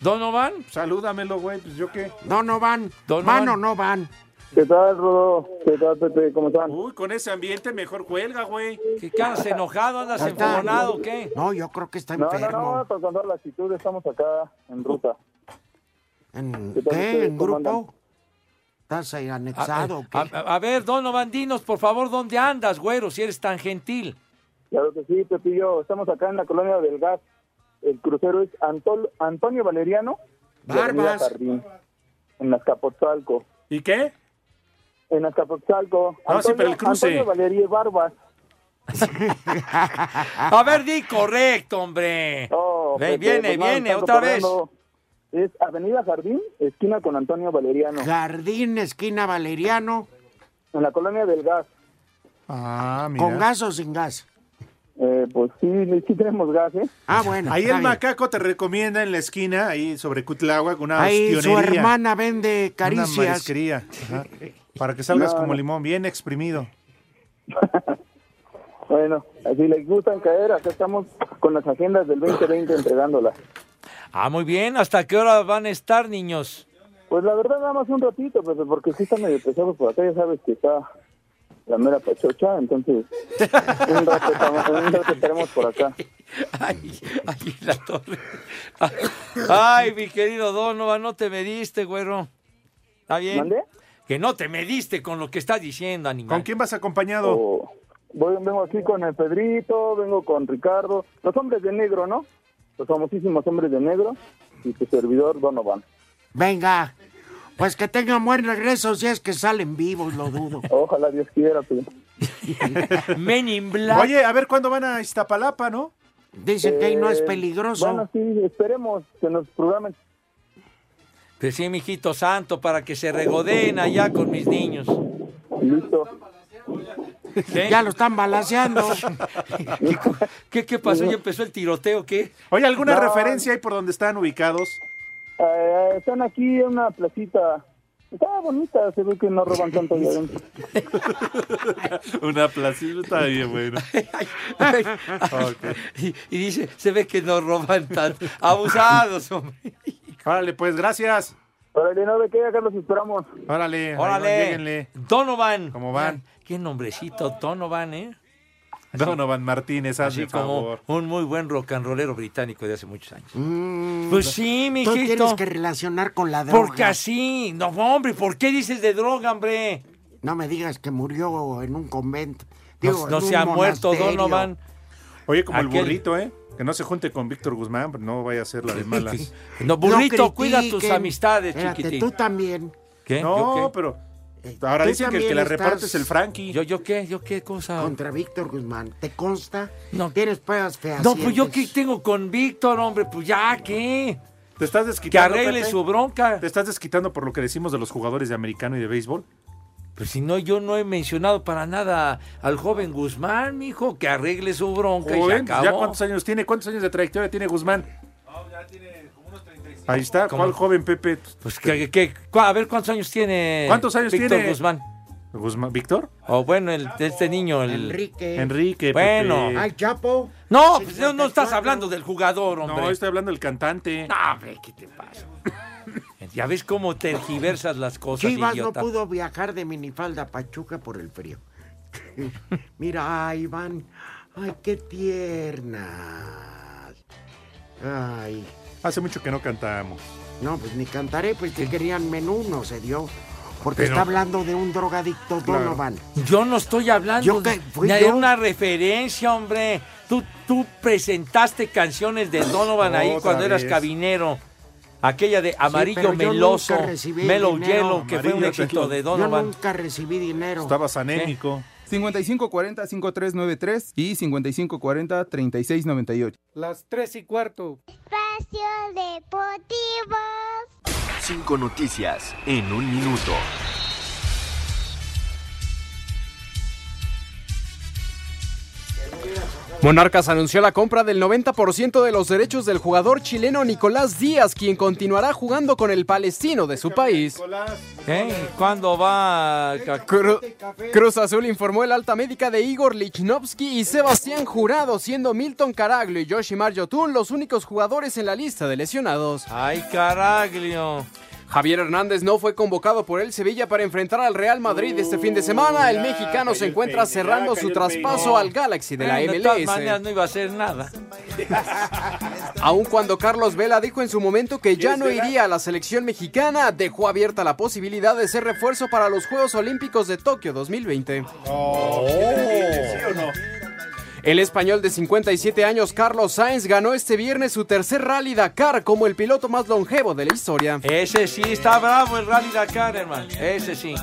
Speaker 3: ¿Donovan?
Speaker 2: Salúdamelo, güey. Pues yo qué.
Speaker 4: No, no van.
Speaker 3: Donovan.
Speaker 4: ¿Van o no van?
Speaker 1: ¿Qué tal, Rodo? ¿Qué tal, Pepe? ¿Cómo están?
Speaker 2: Uy, con ese ambiente mejor cuelga, güey.
Speaker 3: ¿Qué andas enojado? ¿Andas enfogonado o qué?
Speaker 4: No, yo creo que está
Speaker 1: No, no,
Speaker 4: enfermo.
Speaker 1: no, para contar la actitud, estamos acá en ruta.
Speaker 4: ¿En
Speaker 1: ¿Qué tal
Speaker 4: qué?
Speaker 1: ustedes?
Speaker 4: ¿En
Speaker 1: ¿Cómo
Speaker 4: grupo? ¿Estás
Speaker 3: Ah,
Speaker 4: ahí anexado?
Speaker 3: A, a- a ver, Donovan, dinos, por favor, ¿dónde andas, güero, si eres tan gentil?
Speaker 1: Claro que sí, Pepillo. Estamos acá en la colonia del gas. El crucero es Antol- Antonio Valeriano. de Avenida
Speaker 2: Barbas.
Speaker 1: Jardín, en Azcapotzalco.
Speaker 2: ¿Y qué?
Speaker 1: En Azcapotzalco.
Speaker 2: Ah, sí, pero el cruce.
Speaker 1: Antonio Valería y Barbas.
Speaker 4: Ah.
Speaker 3: A ver, di correcto, hombre.
Speaker 1: Oh,
Speaker 3: Ve-
Speaker 1: Pepe,
Speaker 3: viene,
Speaker 1: pues, no,
Speaker 3: viene,
Speaker 1: tanto
Speaker 3: otra vez.
Speaker 1: corriendo. Es Avenida Jardín, esquina con Antonio Valeriano.
Speaker 4: Jardín, esquina Valeriano.
Speaker 1: En la colonia del gas.
Speaker 2: Ah, mira.
Speaker 4: ¿Con gas o sin gas?
Speaker 1: Eh, pues sí, sí tenemos gas, ¿eh?
Speaker 4: Ah, bueno.
Speaker 2: Ahí
Speaker 4: está
Speaker 2: el
Speaker 4: bien.
Speaker 2: macaco te recomienda en la esquina, ahí sobre Cutlagua, con una
Speaker 4: Ahí su
Speaker 2: ostionería.
Speaker 4: hermana vende
Speaker 2: Una
Speaker 4: caricias.
Speaker 2: marisquería. Ajá. Para que salgas
Speaker 1: No,
Speaker 2: como
Speaker 1: no.
Speaker 2: limón, bien exprimido.
Speaker 1: Bueno, si les gustan caer, acá estamos con las agendas del 2020 entregándolas.
Speaker 3: Ah, muy bien. ¿Hasta qué hora van a estar, niños?
Speaker 1: Pues la verdad, nada más un ratito, Pepe, porque sí está medio pesado por acá, ya sabes que está la mera pachocha, entonces un rato, estamos- un rato estaremos por acá.
Speaker 3: Ay, ay, la torre. Ay, mi querido Donovan, no te mediste, güero. ¿Está bien?
Speaker 1: ¿Mande?
Speaker 3: Que no te mediste con lo que estás diciendo, animal.
Speaker 2: ¿Con quién vas acompañado?
Speaker 1: O- voy, vengo aquí con el Pedrito, vengo con Ricardo, los hombres de negro, ¿no? Los famosísimos hombres de negro y tu servidor Donovan.
Speaker 4: Venga. Pues que tengan buen regreso si es que salen vivos, lo dudo.
Speaker 1: Ojalá Dios quiera, pues. Pepe.
Speaker 3: Men in Black.
Speaker 2: Oye, a ver cuándo van a Iztapalapa, ¿no?
Speaker 4: Dicen que ahí no es
Speaker 1: Eh,
Speaker 4: peligroso.
Speaker 1: Bueno, sí, esperemos que nos programen.
Speaker 3: Pues sí, mijito santo, para que se regodeen allá con mis niños.
Speaker 1: Listo.
Speaker 3: ¿Qué?
Speaker 4: Ya lo están balaseando.
Speaker 3: ¿Qué, qué pasó? ¿Ya empezó el tiroteo? ¿Qué?
Speaker 2: Oye, ¿alguna
Speaker 1: No.
Speaker 2: referencia ahí por donde están ubicados?
Speaker 1: Eh, están aquí en una placita. Está bonita, se ve que no roban tanto ahí adentro.
Speaker 2: Una placita bien bueno.
Speaker 3: Ay, ay, ay. Y, y dice, se ve que nos roban tanto. Abusados, hombre.
Speaker 2: Órale, pues, gracias.
Speaker 1: Órale, no de qué, acá los esperamos.
Speaker 2: Órale,
Speaker 3: Órale.
Speaker 2: Órale.
Speaker 3: Donovan.
Speaker 2: ¿Cómo van?
Speaker 3: Qué nombrecito, Donovan, ¿eh?
Speaker 2: Donovan Martínez, hazme
Speaker 3: Así como
Speaker 2: favor.
Speaker 3: un muy buen rock and rollero británico de hace muchos años.
Speaker 4: Mm,
Speaker 3: Pues sí,
Speaker 4: Tú tienes
Speaker 3: mijito.
Speaker 4: que relacionar con la droga.
Speaker 3: Porque así. No, hombre, ¿por qué dices de droga, hombre?
Speaker 4: No me digas que murió en un convento.
Speaker 3: No-
Speaker 4: Digo,
Speaker 3: no
Speaker 4: en un
Speaker 3: se ha muerto
Speaker 4: monasterio.
Speaker 3: Donovan.
Speaker 2: Oye, como el
Speaker 3: Aquel-
Speaker 2: burrito, ¿eh? Que no se junte con Víctor Guzmán, no vaya a ser la de malas.
Speaker 3: No, burrito,
Speaker 4: No
Speaker 3: cuida tus
Speaker 4: critiquen.
Speaker 3: amistades,
Speaker 4: Espérate,
Speaker 3: chiquitín.
Speaker 4: tú también.
Speaker 3: ¿Qué?
Speaker 2: No,
Speaker 3: ¿Yo qué?
Speaker 2: pero ahora
Speaker 4: Tú
Speaker 2: dicen que el que
Speaker 4: también
Speaker 2: la
Speaker 4: estás
Speaker 2: reparte es el Frankie.
Speaker 3: ¿Yo, yo qué? ¿Yo qué cosa?
Speaker 4: Contra Víctor Guzmán. ¿Te consta?
Speaker 3: No.
Speaker 4: Tienes pruebas feas.
Speaker 3: No, pues yo qué tengo con Víctor, hombre, pues ya, ¿qué?
Speaker 2: Te estás
Speaker 3: Que
Speaker 2: desquitando.
Speaker 3: arregle
Speaker 2: Pepe.
Speaker 3: su bronca.
Speaker 2: Te estás desquitando por lo que decimos de los jugadores de americano y de béisbol.
Speaker 3: Pues si no, yo no he mencionado para nada al joven Guzmán, mijo, que arregle su bronca
Speaker 2: Joven,
Speaker 3: y se
Speaker 2: pues,
Speaker 3: acabó.
Speaker 2: ¿ya cuántos años tiene? ¿Cuántos años de trayectoria tiene Guzmán? Ahí está,
Speaker 3: ¿Cómo?
Speaker 2: ¿cuál joven Pepe?
Speaker 3: Pues que, que- que- a ver cuántos años tiene
Speaker 2: ¿Cuántos años
Speaker 3: Víctor
Speaker 2: tiene?
Speaker 3: Guzmán.
Speaker 2: Guzmán, ¿Víctor?
Speaker 3: O bueno, el, este niño, el.
Speaker 4: Enrique.
Speaker 2: Enrique.
Speaker 3: Bueno.
Speaker 2: Pepe.
Speaker 4: Ay, Chapo.
Speaker 3: No, pues no, no estás hablando del jugador, hombre.
Speaker 2: no, estoy hablando del cantante.
Speaker 3: No, hombre, ¿qué te pasa? ya ves cómo tergiversas las cosas,
Speaker 4: Chivas
Speaker 3: idiota.
Speaker 4: no pudo viajar de minifalda a Pachuca por el frío. Mira, ay, Iván. Ay, qué tiernas. Ay.
Speaker 2: Hace mucho que no cantábamos.
Speaker 4: No, pues ni cantaré, pues que querían menú, no se dio. Porque
Speaker 2: Pero-
Speaker 4: está hablando de un drogadicto
Speaker 2: Claro.
Speaker 4: Donovan.
Speaker 3: Yo no estoy hablando
Speaker 4: Yo
Speaker 3: de
Speaker 4: que- fui
Speaker 3: de
Speaker 4: yo.
Speaker 3: una referencia, hombre. Tú, tú presentaste canciones de Donovan ahí
Speaker 2: Otra
Speaker 3: cuando eras
Speaker 2: vez.
Speaker 3: cabinero. Aquella de Amarillo
Speaker 4: pero yo
Speaker 3: Meloso,
Speaker 4: nunca recibí
Speaker 3: Mellow
Speaker 4: dinero.
Speaker 3: Yellow, que fue un
Speaker 2: Amarillo,
Speaker 3: éxito de
Speaker 4: Yo
Speaker 3: Donovan.
Speaker 4: nunca recibí dinero.
Speaker 2: Estabas anémico.
Speaker 13: Eh, 5540-5393 y 5540-3698.
Speaker 22: Las tres y cuarto.
Speaker 11: Espacio Deportivo.
Speaker 23: Cinco noticias en un minuto.
Speaker 6: Monarcas anunció la compra del 90% de los derechos del jugador chileno Nicolás Díaz, quien continuará jugando con el palestino de su país.
Speaker 3: ¿Eh? ¿Cuándo va?
Speaker 6: Cru- Cruz Azul informó el alta médica de Igor Lichnowsky y Sebastián Jurado, siendo Milton Caraglio y Yoshimar Yotun los únicos jugadores en la lista de lesionados.
Speaker 3: ¡Ay, Caraglio!
Speaker 6: Javier Hernández no fue convocado por el Sevilla para enfrentar al Real Madrid este fin de semana. El mexicano se encuentra cerrando su traspaso al Galaxy de la
Speaker 3: De todas maneras
Speaker 6: MLS. ¿eh?
Speaker 3: no iba a hacer nada.
Speaker 6: Aun cuando Carlos Vela dijo en su momento que ya no iría a la selección mexicana, dejó abierta la posibilidad de ser refuerzo para los Juegos Olímpicos de Tokio 2020. El español de 57 años Carlos Sainz ganó este viernes su tercer Rally Dakar como el piloto más longevo de la historia.
Speaker 3: Ese sí está bravo el Rally Dakar, hermano. Ese sí.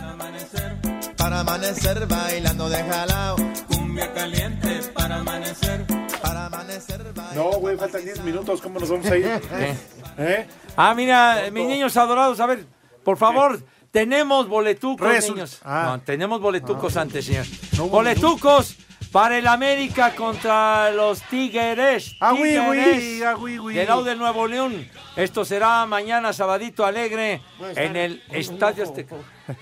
Speaker 12: Para amanecer bailando de jalao. Cumbia caliente para amanecer. Para amanecer
Speaker 2: No, güey, faltan 10 minutos. ¿Cómo nos vamos a ir?
Speaker 3: Eh.
Speaker 2: ¿Eh?
Speaker 3: Ah, mira, eh, mis niños adorados, a ver, por favor, tenemos boletucos,
Speaker 2: Resul-
Speaker 3: niños. No, tenemos boletucos
Speaker 2: Ah.
Speaker 3: antes, señor. boletucos para el América contra los Tigres.
Speaker 2: Ah, oui, oui,
Speaker 3: Tigres,
Speaker 2: ah, oui, oui.
Speaker 3: Del lado de Nuevo León. Esto será mañana, sabadito alegre,
Speaker 2: Pues
Speaker 7: Voy a estar
Speaker 3: en el
Speaker 7: con un
Speaker 3: Estadio
Speaker 7: ojo.
Speaker 3: Azteca.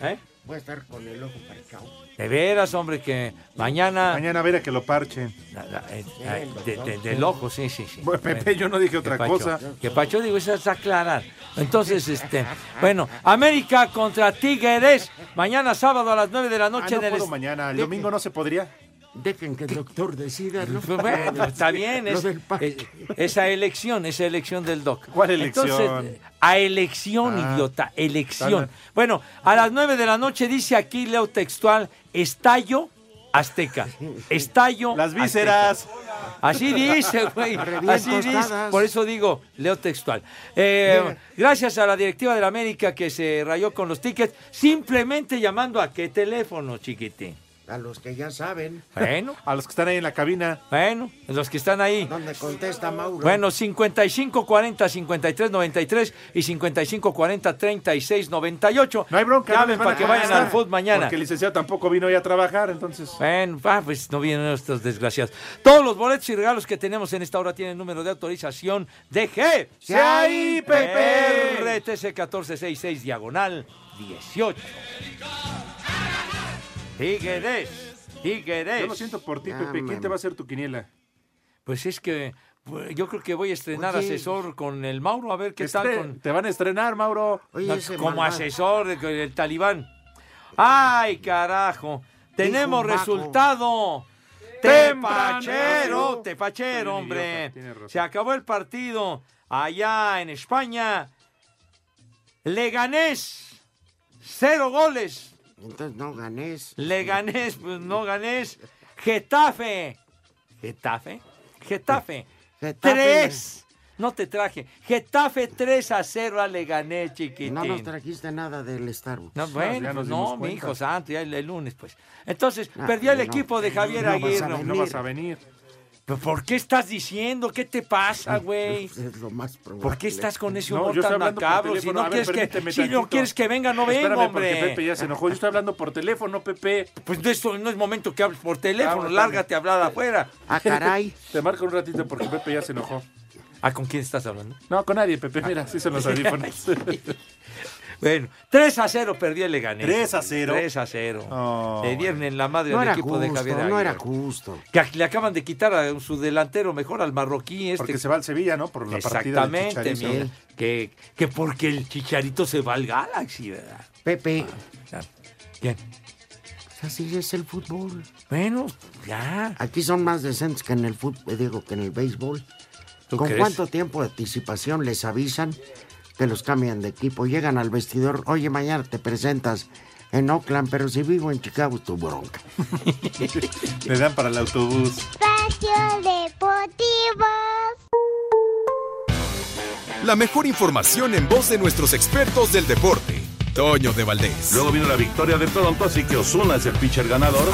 Speaker 3: ¿Eh?
Speaker 7: Voy a estar con el ojo parcao.
Speaker 3: De veras, hombre, que mañana... eh,
Speaker 2: Mañana verá que lo parchen. Ah,
Speaker 3: Ay, Ah, de- de- del ojo, sí, sí, sí.
Speaker 2: Bueno, Pepe, yo no dije otra
Speaker 3: Que Pacho-
Speaker 2: cosa.
Speaker 3: Que Pacho digo, eso es aclarar. Entonces, este, bueno, América contra Tigres, mañana sábado a las 9 de la
Speaker 2: Ah,
Speaker 3: noche
Speaker 2: no
Speaker 3: en el
Speaker 2: puedo
Speaker 3: est-
Speaker 2: mañana. El domingo no se podría.
Speaker 4: Dejen que el doctor decida, ¿no?
Speaker 3: Pues bueno, está bien, es-
Speaker 4: Lo del pa-
Speaker 3: es- esa elección, esa elección del DOC.
Speaker 2: ¿Cuál elección?
Speaker 3: Entonces, a elección,
Speaker 2: Ah.
Speaker 3: idiota,
Speaker 2: Está
Speaker 3: elección.
Speaker 2: bien.
Speaker 3: Bueno, a las 9 de la noche dice aquí Leo Textual, estallo azteca. Estallo Las
Speaker 2: vísceras.
Speaker 3: Así dice, güey.
Speaker 2: Reviento
Speaker 3: Así dice.
Speaker 2: tostadas.
Speaker 3: Por eso digo, leo textual. Eh, gracias a la directiva de la América que se rayó con los tickets, simplemente llamando a qué teléfono, chiquitín.
Speaker 4: A los que ya saben.
Speaker 3: Bueno.
Speaker 2: A los que están ahí en la cabina.
Speaker 3: Bueno, los que están ahí.
Speaker 4: Donde contesta Mauro.
Speaker 3: Bueno, 55 40 53 93 y 55 40 36 98. No hay bronca,
Speaker 2: les
Speaker 3: Llamen
Speaker 2: van
Speaker 3: para
Speaker 2: a
Speaker 3: que vayan
Speaker 2: contestar,
Speaker 3: al fútbol mañana.
Speaker 2: Porque el licenciado tampoco vino hoy a trabajar, entonces.
Speaker 3: Bueno, ah, pues no vienen estos desgraciados. Todos los boletos y regalos que tenemos en esta hora tienen número de autorización de G.
Speaker 2: ¡Sai, Pepe!
Speaker 3: RTC 1466 diagonal 18. Tigres, Tigres.
Speaker 2: Yo lo siento por ti, Pepe. ¿Quién te va a hacer tu quiniela?
Speaker 3: Pues es que pues, yo creo que voy a estrenar
Speaker 2: Oye. este
Speaker 3: asesor con el Mauro, a ver qué
Speaker 2: Estre-
Speaker 3: tal con...
Speaker 2: Te van a estrenar, Mauro.
Speaker 3: No, como asesor de- del talibán. ¡Ay, carajo! Tenemos
Speaker 2: un vago.
Speaker 3: resultado. Tepachero, tepachero, hombre.
Speaker 2: Tiene razón.
Speaker 3: Se acabó el partido allá en España. Leganés, cero goles.
Speaker 4: Entonces no ganes.
Speaker 3: Leganés, pues no ganés. Getafe. Getafe. Getafe.
Speaker 4: Getafe.
Speaker 3: Tres. No te traje. Getafe 3 a 0 a Leganés, chiquitín.
Speaker 4: No nos trajiste nada del Starbucks.
Speaker 3: No, bueno, pues no, mi hijo santo, ya el, el lunes, pues. Entonces,
Speaker 4: Ah,
Speaker 3: perdió el
Speaker 4: no.
Speaker 3: equipo de Javier
Speaker 4: No vas a
Speaker 3: Aguirre.
Speaker 4: venir. No vas a
Speaker 2: venir.
Speaker 3: ¿Pero ¿Por qué estás diciendo? ¿Qué te pasa, güey?
Speaker 4: Es lo más probable.
Speaker 3: ¿Por qué estás con ese
Speaker 2: No,
Speaker 3: humor
Speaker 2: yo estoy
Speaker 3: tan
Speaker 2: hablando por
Speaker 3: macabro? Si
Speaker 2: teléfono.
Speaker 3: no,
Speaker 2: A ver,
Speaker 3: quieres, que,
Speaker 2: permíteme
Speaker 3: si no
Speaker 2: tantito.
Speaker 3: quieres que venga, no venga,
Speaker 2: Espérame,
Speaker 3: hombre.
Speaker 2: Porque Pepe ya se enojó. Yo estoy hablando por teléfono, Pepe.
Speaker 3: Pues de esto no es momento que hables por
Speaker 2: Ah,
Speaker 3: teléfono. pues.
Speaker 2: bueno,
Speaker 3: Lárgate a hablar afuera.
Speaker 4: Ah, caray.
Speaker 2: Te marco un ratito porque Pepe ya se enojó.
Speaker 3: ¿Ah, con quién estás hablando?
Speaker 2: No, con nadie, Pepe. Mira, sí son los audífonos.
Speaker 3: Bueno, 3 a 0 perdió el Leganés.
Speaker 2: 3 a 0.
Speaker 3: 3 a 0. Le dieron en la madre
Speaker 4: No
Speaker 3: al
Speaker 4: era
Speaker 3: equipo de Javier
Speaker 4: justo,
Speaker 3: Aguirre.
Speaker 4: no era justo.
Speaker 3: Que le acaban de quitar a su delantero mejor al marroquí este.
Speaker 2: Porque se va al Sevilla, ¿no? Por la partida del
Speaker 3: Exactamente,
Speaker 2: Chicharito.
Speaker 3: mira, que, que porque el Chicharito se va al Galaxy, ¿verdad?
Speaker 4: Pepe.
Speaker 3: Ah, ¿Quién?
Speaker 4: Así es el fútbol.
Speaker 3: Bueno, ya.
Speaker 4: Aquí son más decentes que en el fútbol, digo, que en el béisbol.
Speaker 3: ¿Tú
Speaker 4: ¿Con
Speaker 3: crees?
Speaker 4: cuánto tiempo de anticipación les avisan que los cambian de equipo? Llegan al vestidor, oye, mañana te presentas en Oakland, pero si vivo en Chicago, es tu bronca.
Speaker 2: Le dan para el autobús.
Speaker 11: Espacio Deportivo.
Speaker 22: La mejor información en voz de nuestros expertos del deporte. Toño de Valdés.
Speaker 24: Luego vino la victoria de Toronto, así que Osuna es el pitcher ganador.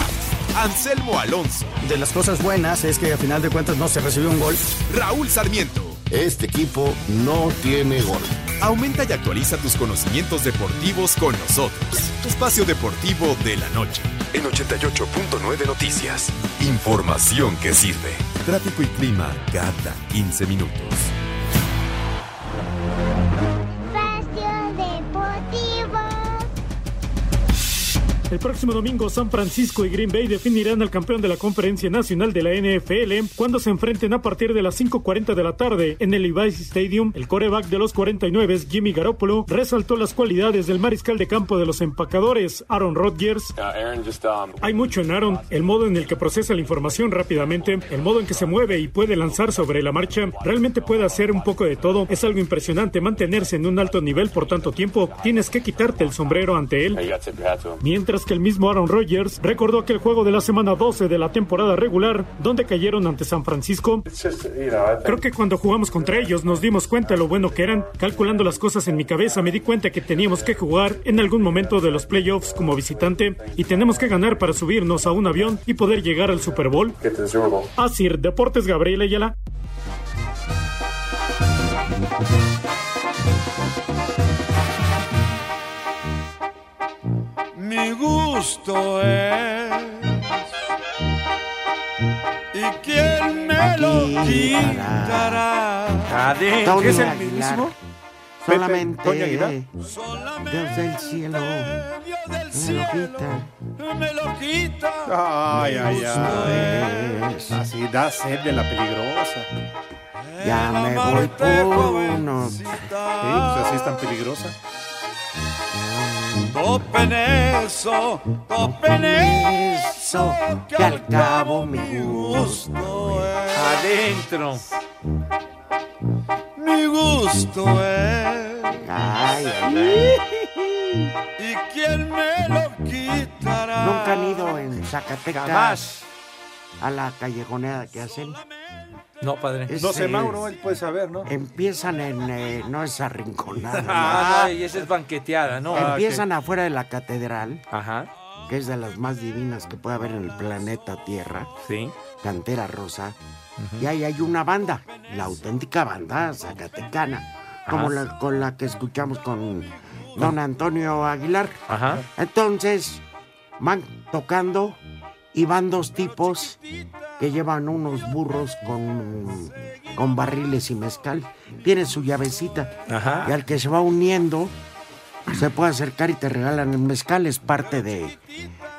Speaker 22: Anselmo Alonso.
Speaker 24: De las cosas buenas es que a final de cuentas no se recibió un gol.
Speaker 22: Raúl Sarmiento.
Speaker 24: Este equipo no tiene gol.
Speaker 22: Aumenta y actualiza tus conocimientos deportivos con nosotros. Espacio Deportivo de la Noche. En 88.9 Noticias. Información que sirve. tráfico y clima cada 15 minutos.
Speaker 25: Espacio Deportivo.
Speaker 8: El próximo domingo San Francisco y Green Bay definirán al campeón de la Conferencia Nacional de la NFL cuando se enfrenten a partir de las 5.40 de la tarde en el Levi's Stadium. El coreback de los 49, Jimmy Garoppolo, resaltó las cualidades del mariscal de campo de los empacadores, Aaron Rodgers. Hay mucho en Aaron, el modo en el que procesa la información rápidamente, el modo en que se mueve y puede lanzar sobre la marcha. Realmente puede hacer un poco de todo. Es algo impresionante mantenerse en un alto nivel por tanto tiempo. Tienes que quitarte el sombrero ante él. Mientras que el mismo Aaron Rodgers recordó aquel juego de la semana 12 de la temporada regular donde cayeron ante San Francisco. Creo que cuando jugamos contra ellos nos dimos cuenta lo bueno que eran. Calculando las cosas en mi cabeza me di cuenta que teníamos que jugar en algún momento de los playoffs como visitante y tenemos que ganar para subirnos a un avión y poder llegar al Super Bowl. Así, Deportes Gabriel Ayala.
Speaker 11: Mi gusto es. ¿Y quién me lo quitará?
Speaker 2: ¿Qué es el mismo?
Speaker 4: Solamente
Speaker 2: Pepe, Toño Aguilar.
Speaker 4: Dios del cielo. Me lo quita.
Speaker 11: Me lo quita.
Speaker 2: Ay, ay, ay.
Speaker 4: Ustedes.
Speaker 2: Así da sed de la peligrosa.
Speaker 4: Ya me voy por uno.
Speaker 2: Sí, pues así es tan peligrosa.
Speaker 11: Topen eso, topen eso,
Speaker 4: Que al cabo mi gusto.
Speaker 3: Adentro.
Speaker 11: Mi gusto es.
Speaker 2: Ah,
Speaker 4: Ay,
Speaker 11: ¿Y quién me lo quitará?
Speaker 4: Nunca han ido en Zacatecas.
Speaker 11: Jamás.
Speaker 4: A la callejoneada que hacen.
Speaker 3: No, padre.
Speaker 2: No sé,
Speaker 4: Ese-
Speaker 2: Mauro, él puede saber, ¿no?
Speaker 4: Empiezan en. eh, no es arrinconada.
Speaker 3: Ah, no, y esa es banqueteada, ¿no?
Speaker 4: Empiezan afuera de la catedral,
Speaker 3: Ah, Ajá.
Speaker 4: que es de las más divinas que puede haber en el planeta Tierra.
Speaker 3: Sí.
Speaker 4: Cantera Rosa. Y ahí hay una banda, la auténtica banda zacatecana, como
Speaker 3: Ajá.
Speaker 4: la, con la que escuchamos con don Antonio Aguilar.
Speaker 3: Ajá.
Speaker 4: Entonces, van tocando y van dos tipos que llevan unos burros con, con barriles y mezcal. Tiene su llavecita.
Speaker 3: Ajá.
Speaker 4: Y al que se va uniendo, se puede acercar y te regalan el mezcal. Es parte de,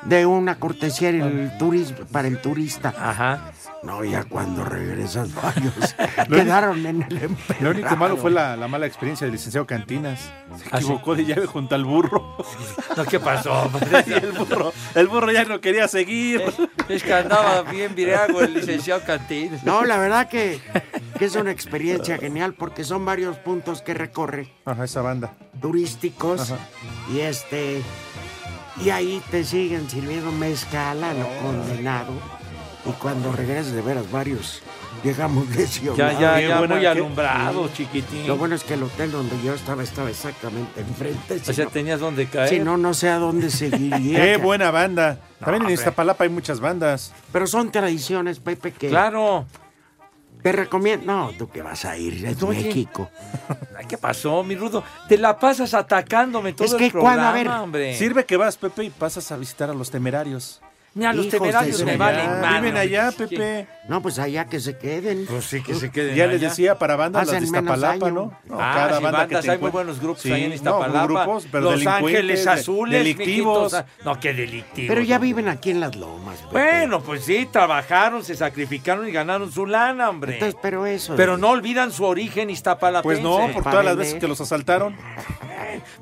Speaker 4: de una cortesía en el turismo, para el turista.
Speaker 3: Ah, Ajá.
Speaker 4: No, ya cuando regresas varios quedaron en el
Speaker 2: Lo
Speaker 4: empedrado.
Speaker 2: único malo fue la, la mala experiencia del licenciado Cantinas. Se
Speaker 3: ¿Ah, sí?
Speaker 2: equivocó de llave junto al burro.
Speaker 3: No, ¿qué pasó?
Speaker 2: Y el burro, el burro ya no quería seguir.
Speaker 3: Es que andaba bien virago el licenciado Cantín.
Speaker 4: No, la verdad que, que es una experiencia genial porque son varios puntos que recorre
Speaker 2: Ajá, esa banda.
Speaker 4: turísticos
Speaker 2: Ajá.
Speaker 4: y este y ahí te siguen sirviendo mezcal a lo condenado y cuando regreses de veras varios llegamos
Speaker 3: Ya,
Speaker 4: lesionados.
Speaker 3: ya, ya, muy alumbrado, chiquitín.
Speaker 4: Lo bueno es que el hotel donde yo estaba estaba exactamente enfrente.
Speaker 3: O
Speaker 4: si
Speaker 3: sea,
Speaker 4: no-
Speaker 3: tenías donde caer.
Speaker 4: si no, no sé a dónde seguiría.
Speaker 2: ¡Qué
Speaker 4: cabrón.
Speaker 2: buena banda! También en
Speaker 4: hombre.
Speaker 2: Iztapalapa hay muchas bandas.
Speaker 4: Pero son tradiciones, Pepe, que
Speaker 3: Claro.
Speaker 4: te recomiendo. No, tú que vas a ir, es
Speaker 3: Oye,
Speaker 4: México.
Speaker 3: Ay, ¿Qué pasó, mi rudo? Te la pasas atacándome todo
Speaker 4: Es que
Speaker 3: el programa,
Speaker 4: cuando- a ver,
Speaker 3: hombre.
Speaker 2: Sirve que vas, Pepe, y pasas a visitar a los temerarios.
Speaker 3: Mira, los
Speaker 4: Hijos de
Speaker 3: temerarios
Speaker 4: su
Speaker 3: me
Speaker 4: madre.
Speaker 3: valen
Speaker 2: Ah,
Speaker 3: madre,
Speaker 2: viven
Speaker 3: hombre.
Speaker 2: allá,
Speaker 3: Sí.
Speaker 2: Pepe.
Speaker 4: No, pues allá que se queden.
Speaker 3: Pues sí, que se queden
Speaker 2: Ya
Speaker 3: allá.
Speaker 2: les decía, para bandas las
Speaker 4: Hacen
Speaker 2: de
Speaker 4: menos
Speaker 2: Iztapalapa,
Speaker 4: daño.
Speaker 2: ¿no? No,
Speaker 3: Ah, sí, bandas,
Speaker 2: te
Speaker 3: hay muy
Speaker 2: encuent-
Speaker 3: buenos grupos
Speaker 2: Sí,
Speaker 3: ahí en
Speaker 2: no,
Speaker 3: Iztapalapa.
Speaker 2: grupos, pero
Speaker 3: Los
Speaker 2: delincuentes,
Speaker 3: Ángeles
Speaker 2: de-
Speaker 3: Azules,
Speaker 2: Delictivos.
Speaker 3: mijitos. ah, No, qué delictivos.
Speaker 4: Pero ya
Speaker 3: hombre.
Speaker 4: viven aquí en las lomas. Pepe.
Speaker 3: Bueno, pues sí, trabajaron, se sacrificaron y ganaron su lana, hombre.
Speaker 4: Entonces, pero eso.
Speaker 3: Pero no olvidan su origen
Speaker 2: Pues
Speaker 3: iztapalapense.
Speaker 2: no, por todas las veces
Speaker 4: vender.
Speaker 2: que los asaltaron.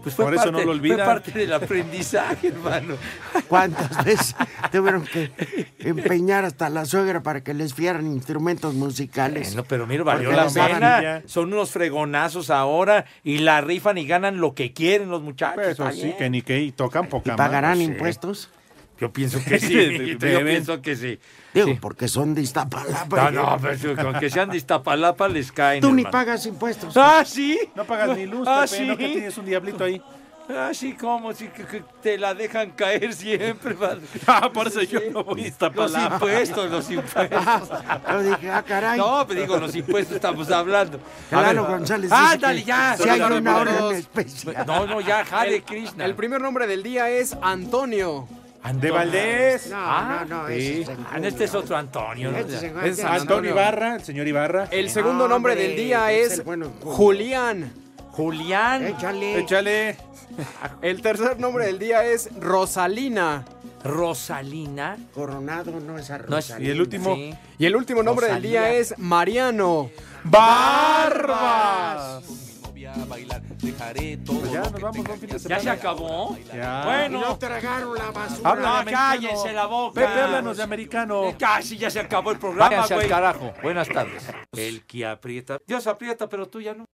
Speaker 3: Pues fue
Speaker 2: por eso
Speaker 3: parte-
Speaker 2: no lo
Speaker 3: Fue
Speaker 2: olvidan.
Speaker 3: parte del aprendizaje, hermano.
Speaker 4: ¿Cuántas veces tuvieron que empeñar hasta la suegra para que les fiaran instrumentos musicales?
Speaker 3: Bueno, pero mira, valió
Speaker 4: Porque
Speaker 3: la
Speaker 4: les daban-
Speaker 3: pena. Son unos fregonazos ahora y la rifan y ganan lo que quieren los muchachos.
Speaker 2: Pues
Speaker 3: está
Speaker 2: eso sí,
Speaker 3: bien.
Speaker 2: que ni que y tocan poca
Speaker 4: ¿Y
Speaker 2: madre.
Speaker 4: pagarán
Speaker 2: Sí.
Speaker 4: impuestos?
Speaker 3: Yo pienso que sí. mijito, yo
Speaker 2: Deben.
Speaker 3: pienso que sí.
Speaker 4: Digo,
Speaker 3: Sí.
Speaker 4: porque son de Iztapalapa.
Speaker 3: Ah, No, no, pero si- con que sean de Iztapalapa les caen.
Speaker 4: Tú ni
Speaker 3: hermano.
Speaker 4: pagas impuestos.
Speaker 3: Ah, sí.
Speaker 2: No pagas ni luz,
Speaker 3: Ah,
Speaker 2: Pepe, no que
Speaker 3: sí.
Speaker 2: tienes un diablito ahí.
Speaker 3: Ah, sí, ¿cómo? Sí, que, que te la dejan caer siempre, padre.
Speaker 2: Ah, por eso yo no voy a
Speaker 3: Los
Speaker 2: Iztapalapa.
Speaker 3: impuestos, los impuestos.
Speaker 4: Yo dije, ah, caray.
Speaker 3: No, pero digo, los impuestos estamos hablando.
Speaker 4: Claro, González. dice
Speaker 3: Ándale,
Speaker 4: que
Speaker 3: ya.
Speaker 4: Si hay
Speaker 3: Solo
Speaker 4: una
Speaker 3: de-
Speaker 4: orden especial.
Speaker 3: No, no, ya, Hare Krishna.
Speaker 6: El primer nombre del día es Antonio.
Speaker 2: De Valdés.
Speaker 7: No,
Speaker 2: Ah,
Speaker 7: no, no,
Speaker 2: sí.
Speaker 7: ese es
Speaker 3: Ah, este es otro Antonio. ¿no?
Speaker 7: Este es igual
Speaker 2: Es
Speaker 7: que
Speaker 2: Antonio
Speaker 7: Antonio.
Speaker 2: Ibarra, el señor Ibarra. Ah,
Speaker 6: El segundo nombre del día
Speaker 7: es
Speaker 6: es
Speaker 7: el bueno. Eh,
Speaker 6: Julián.
Speaker 3: Julián.
Speaker 7: Échale.
Speaker 2: Échale.
Speaker 6: El tercer nombre del día es Rosalina.
Speaker 3: Rosalina.
Speaker 7: Coronado no es arroz.
Speaker 3: No es-
Speaker 2: Y el último.
Speaker 3: Sí.
Speaker 6: Y el último nombre del día
Speaker 3: Rosalía.
Speaker 6: es Mariano.
Speaker 2: ¡Barbas!
Speaker 3: Ya, nos vamos, don Fito, ¿Ya se acabó?
Speaker 2: Ya.
Speaker 3: Bueno.
Speaker 7: No tragaron la basura.
Speaker 2: Habla
Speaker 3: Ah,
Speaker 2: de americano.
Speaker 3: cállense la boca.
Speaker 2: Pepe, háblanos de americano.
Speaker 3: Eh, Casi ya se acabó el programa,
Speaker 2: Váyanse al
Speaker 3: güey.
Speaker 2: carajo.
Speaker 3: Buenas tardes. El que aprieta. Dios aprieta, pero tú ya no.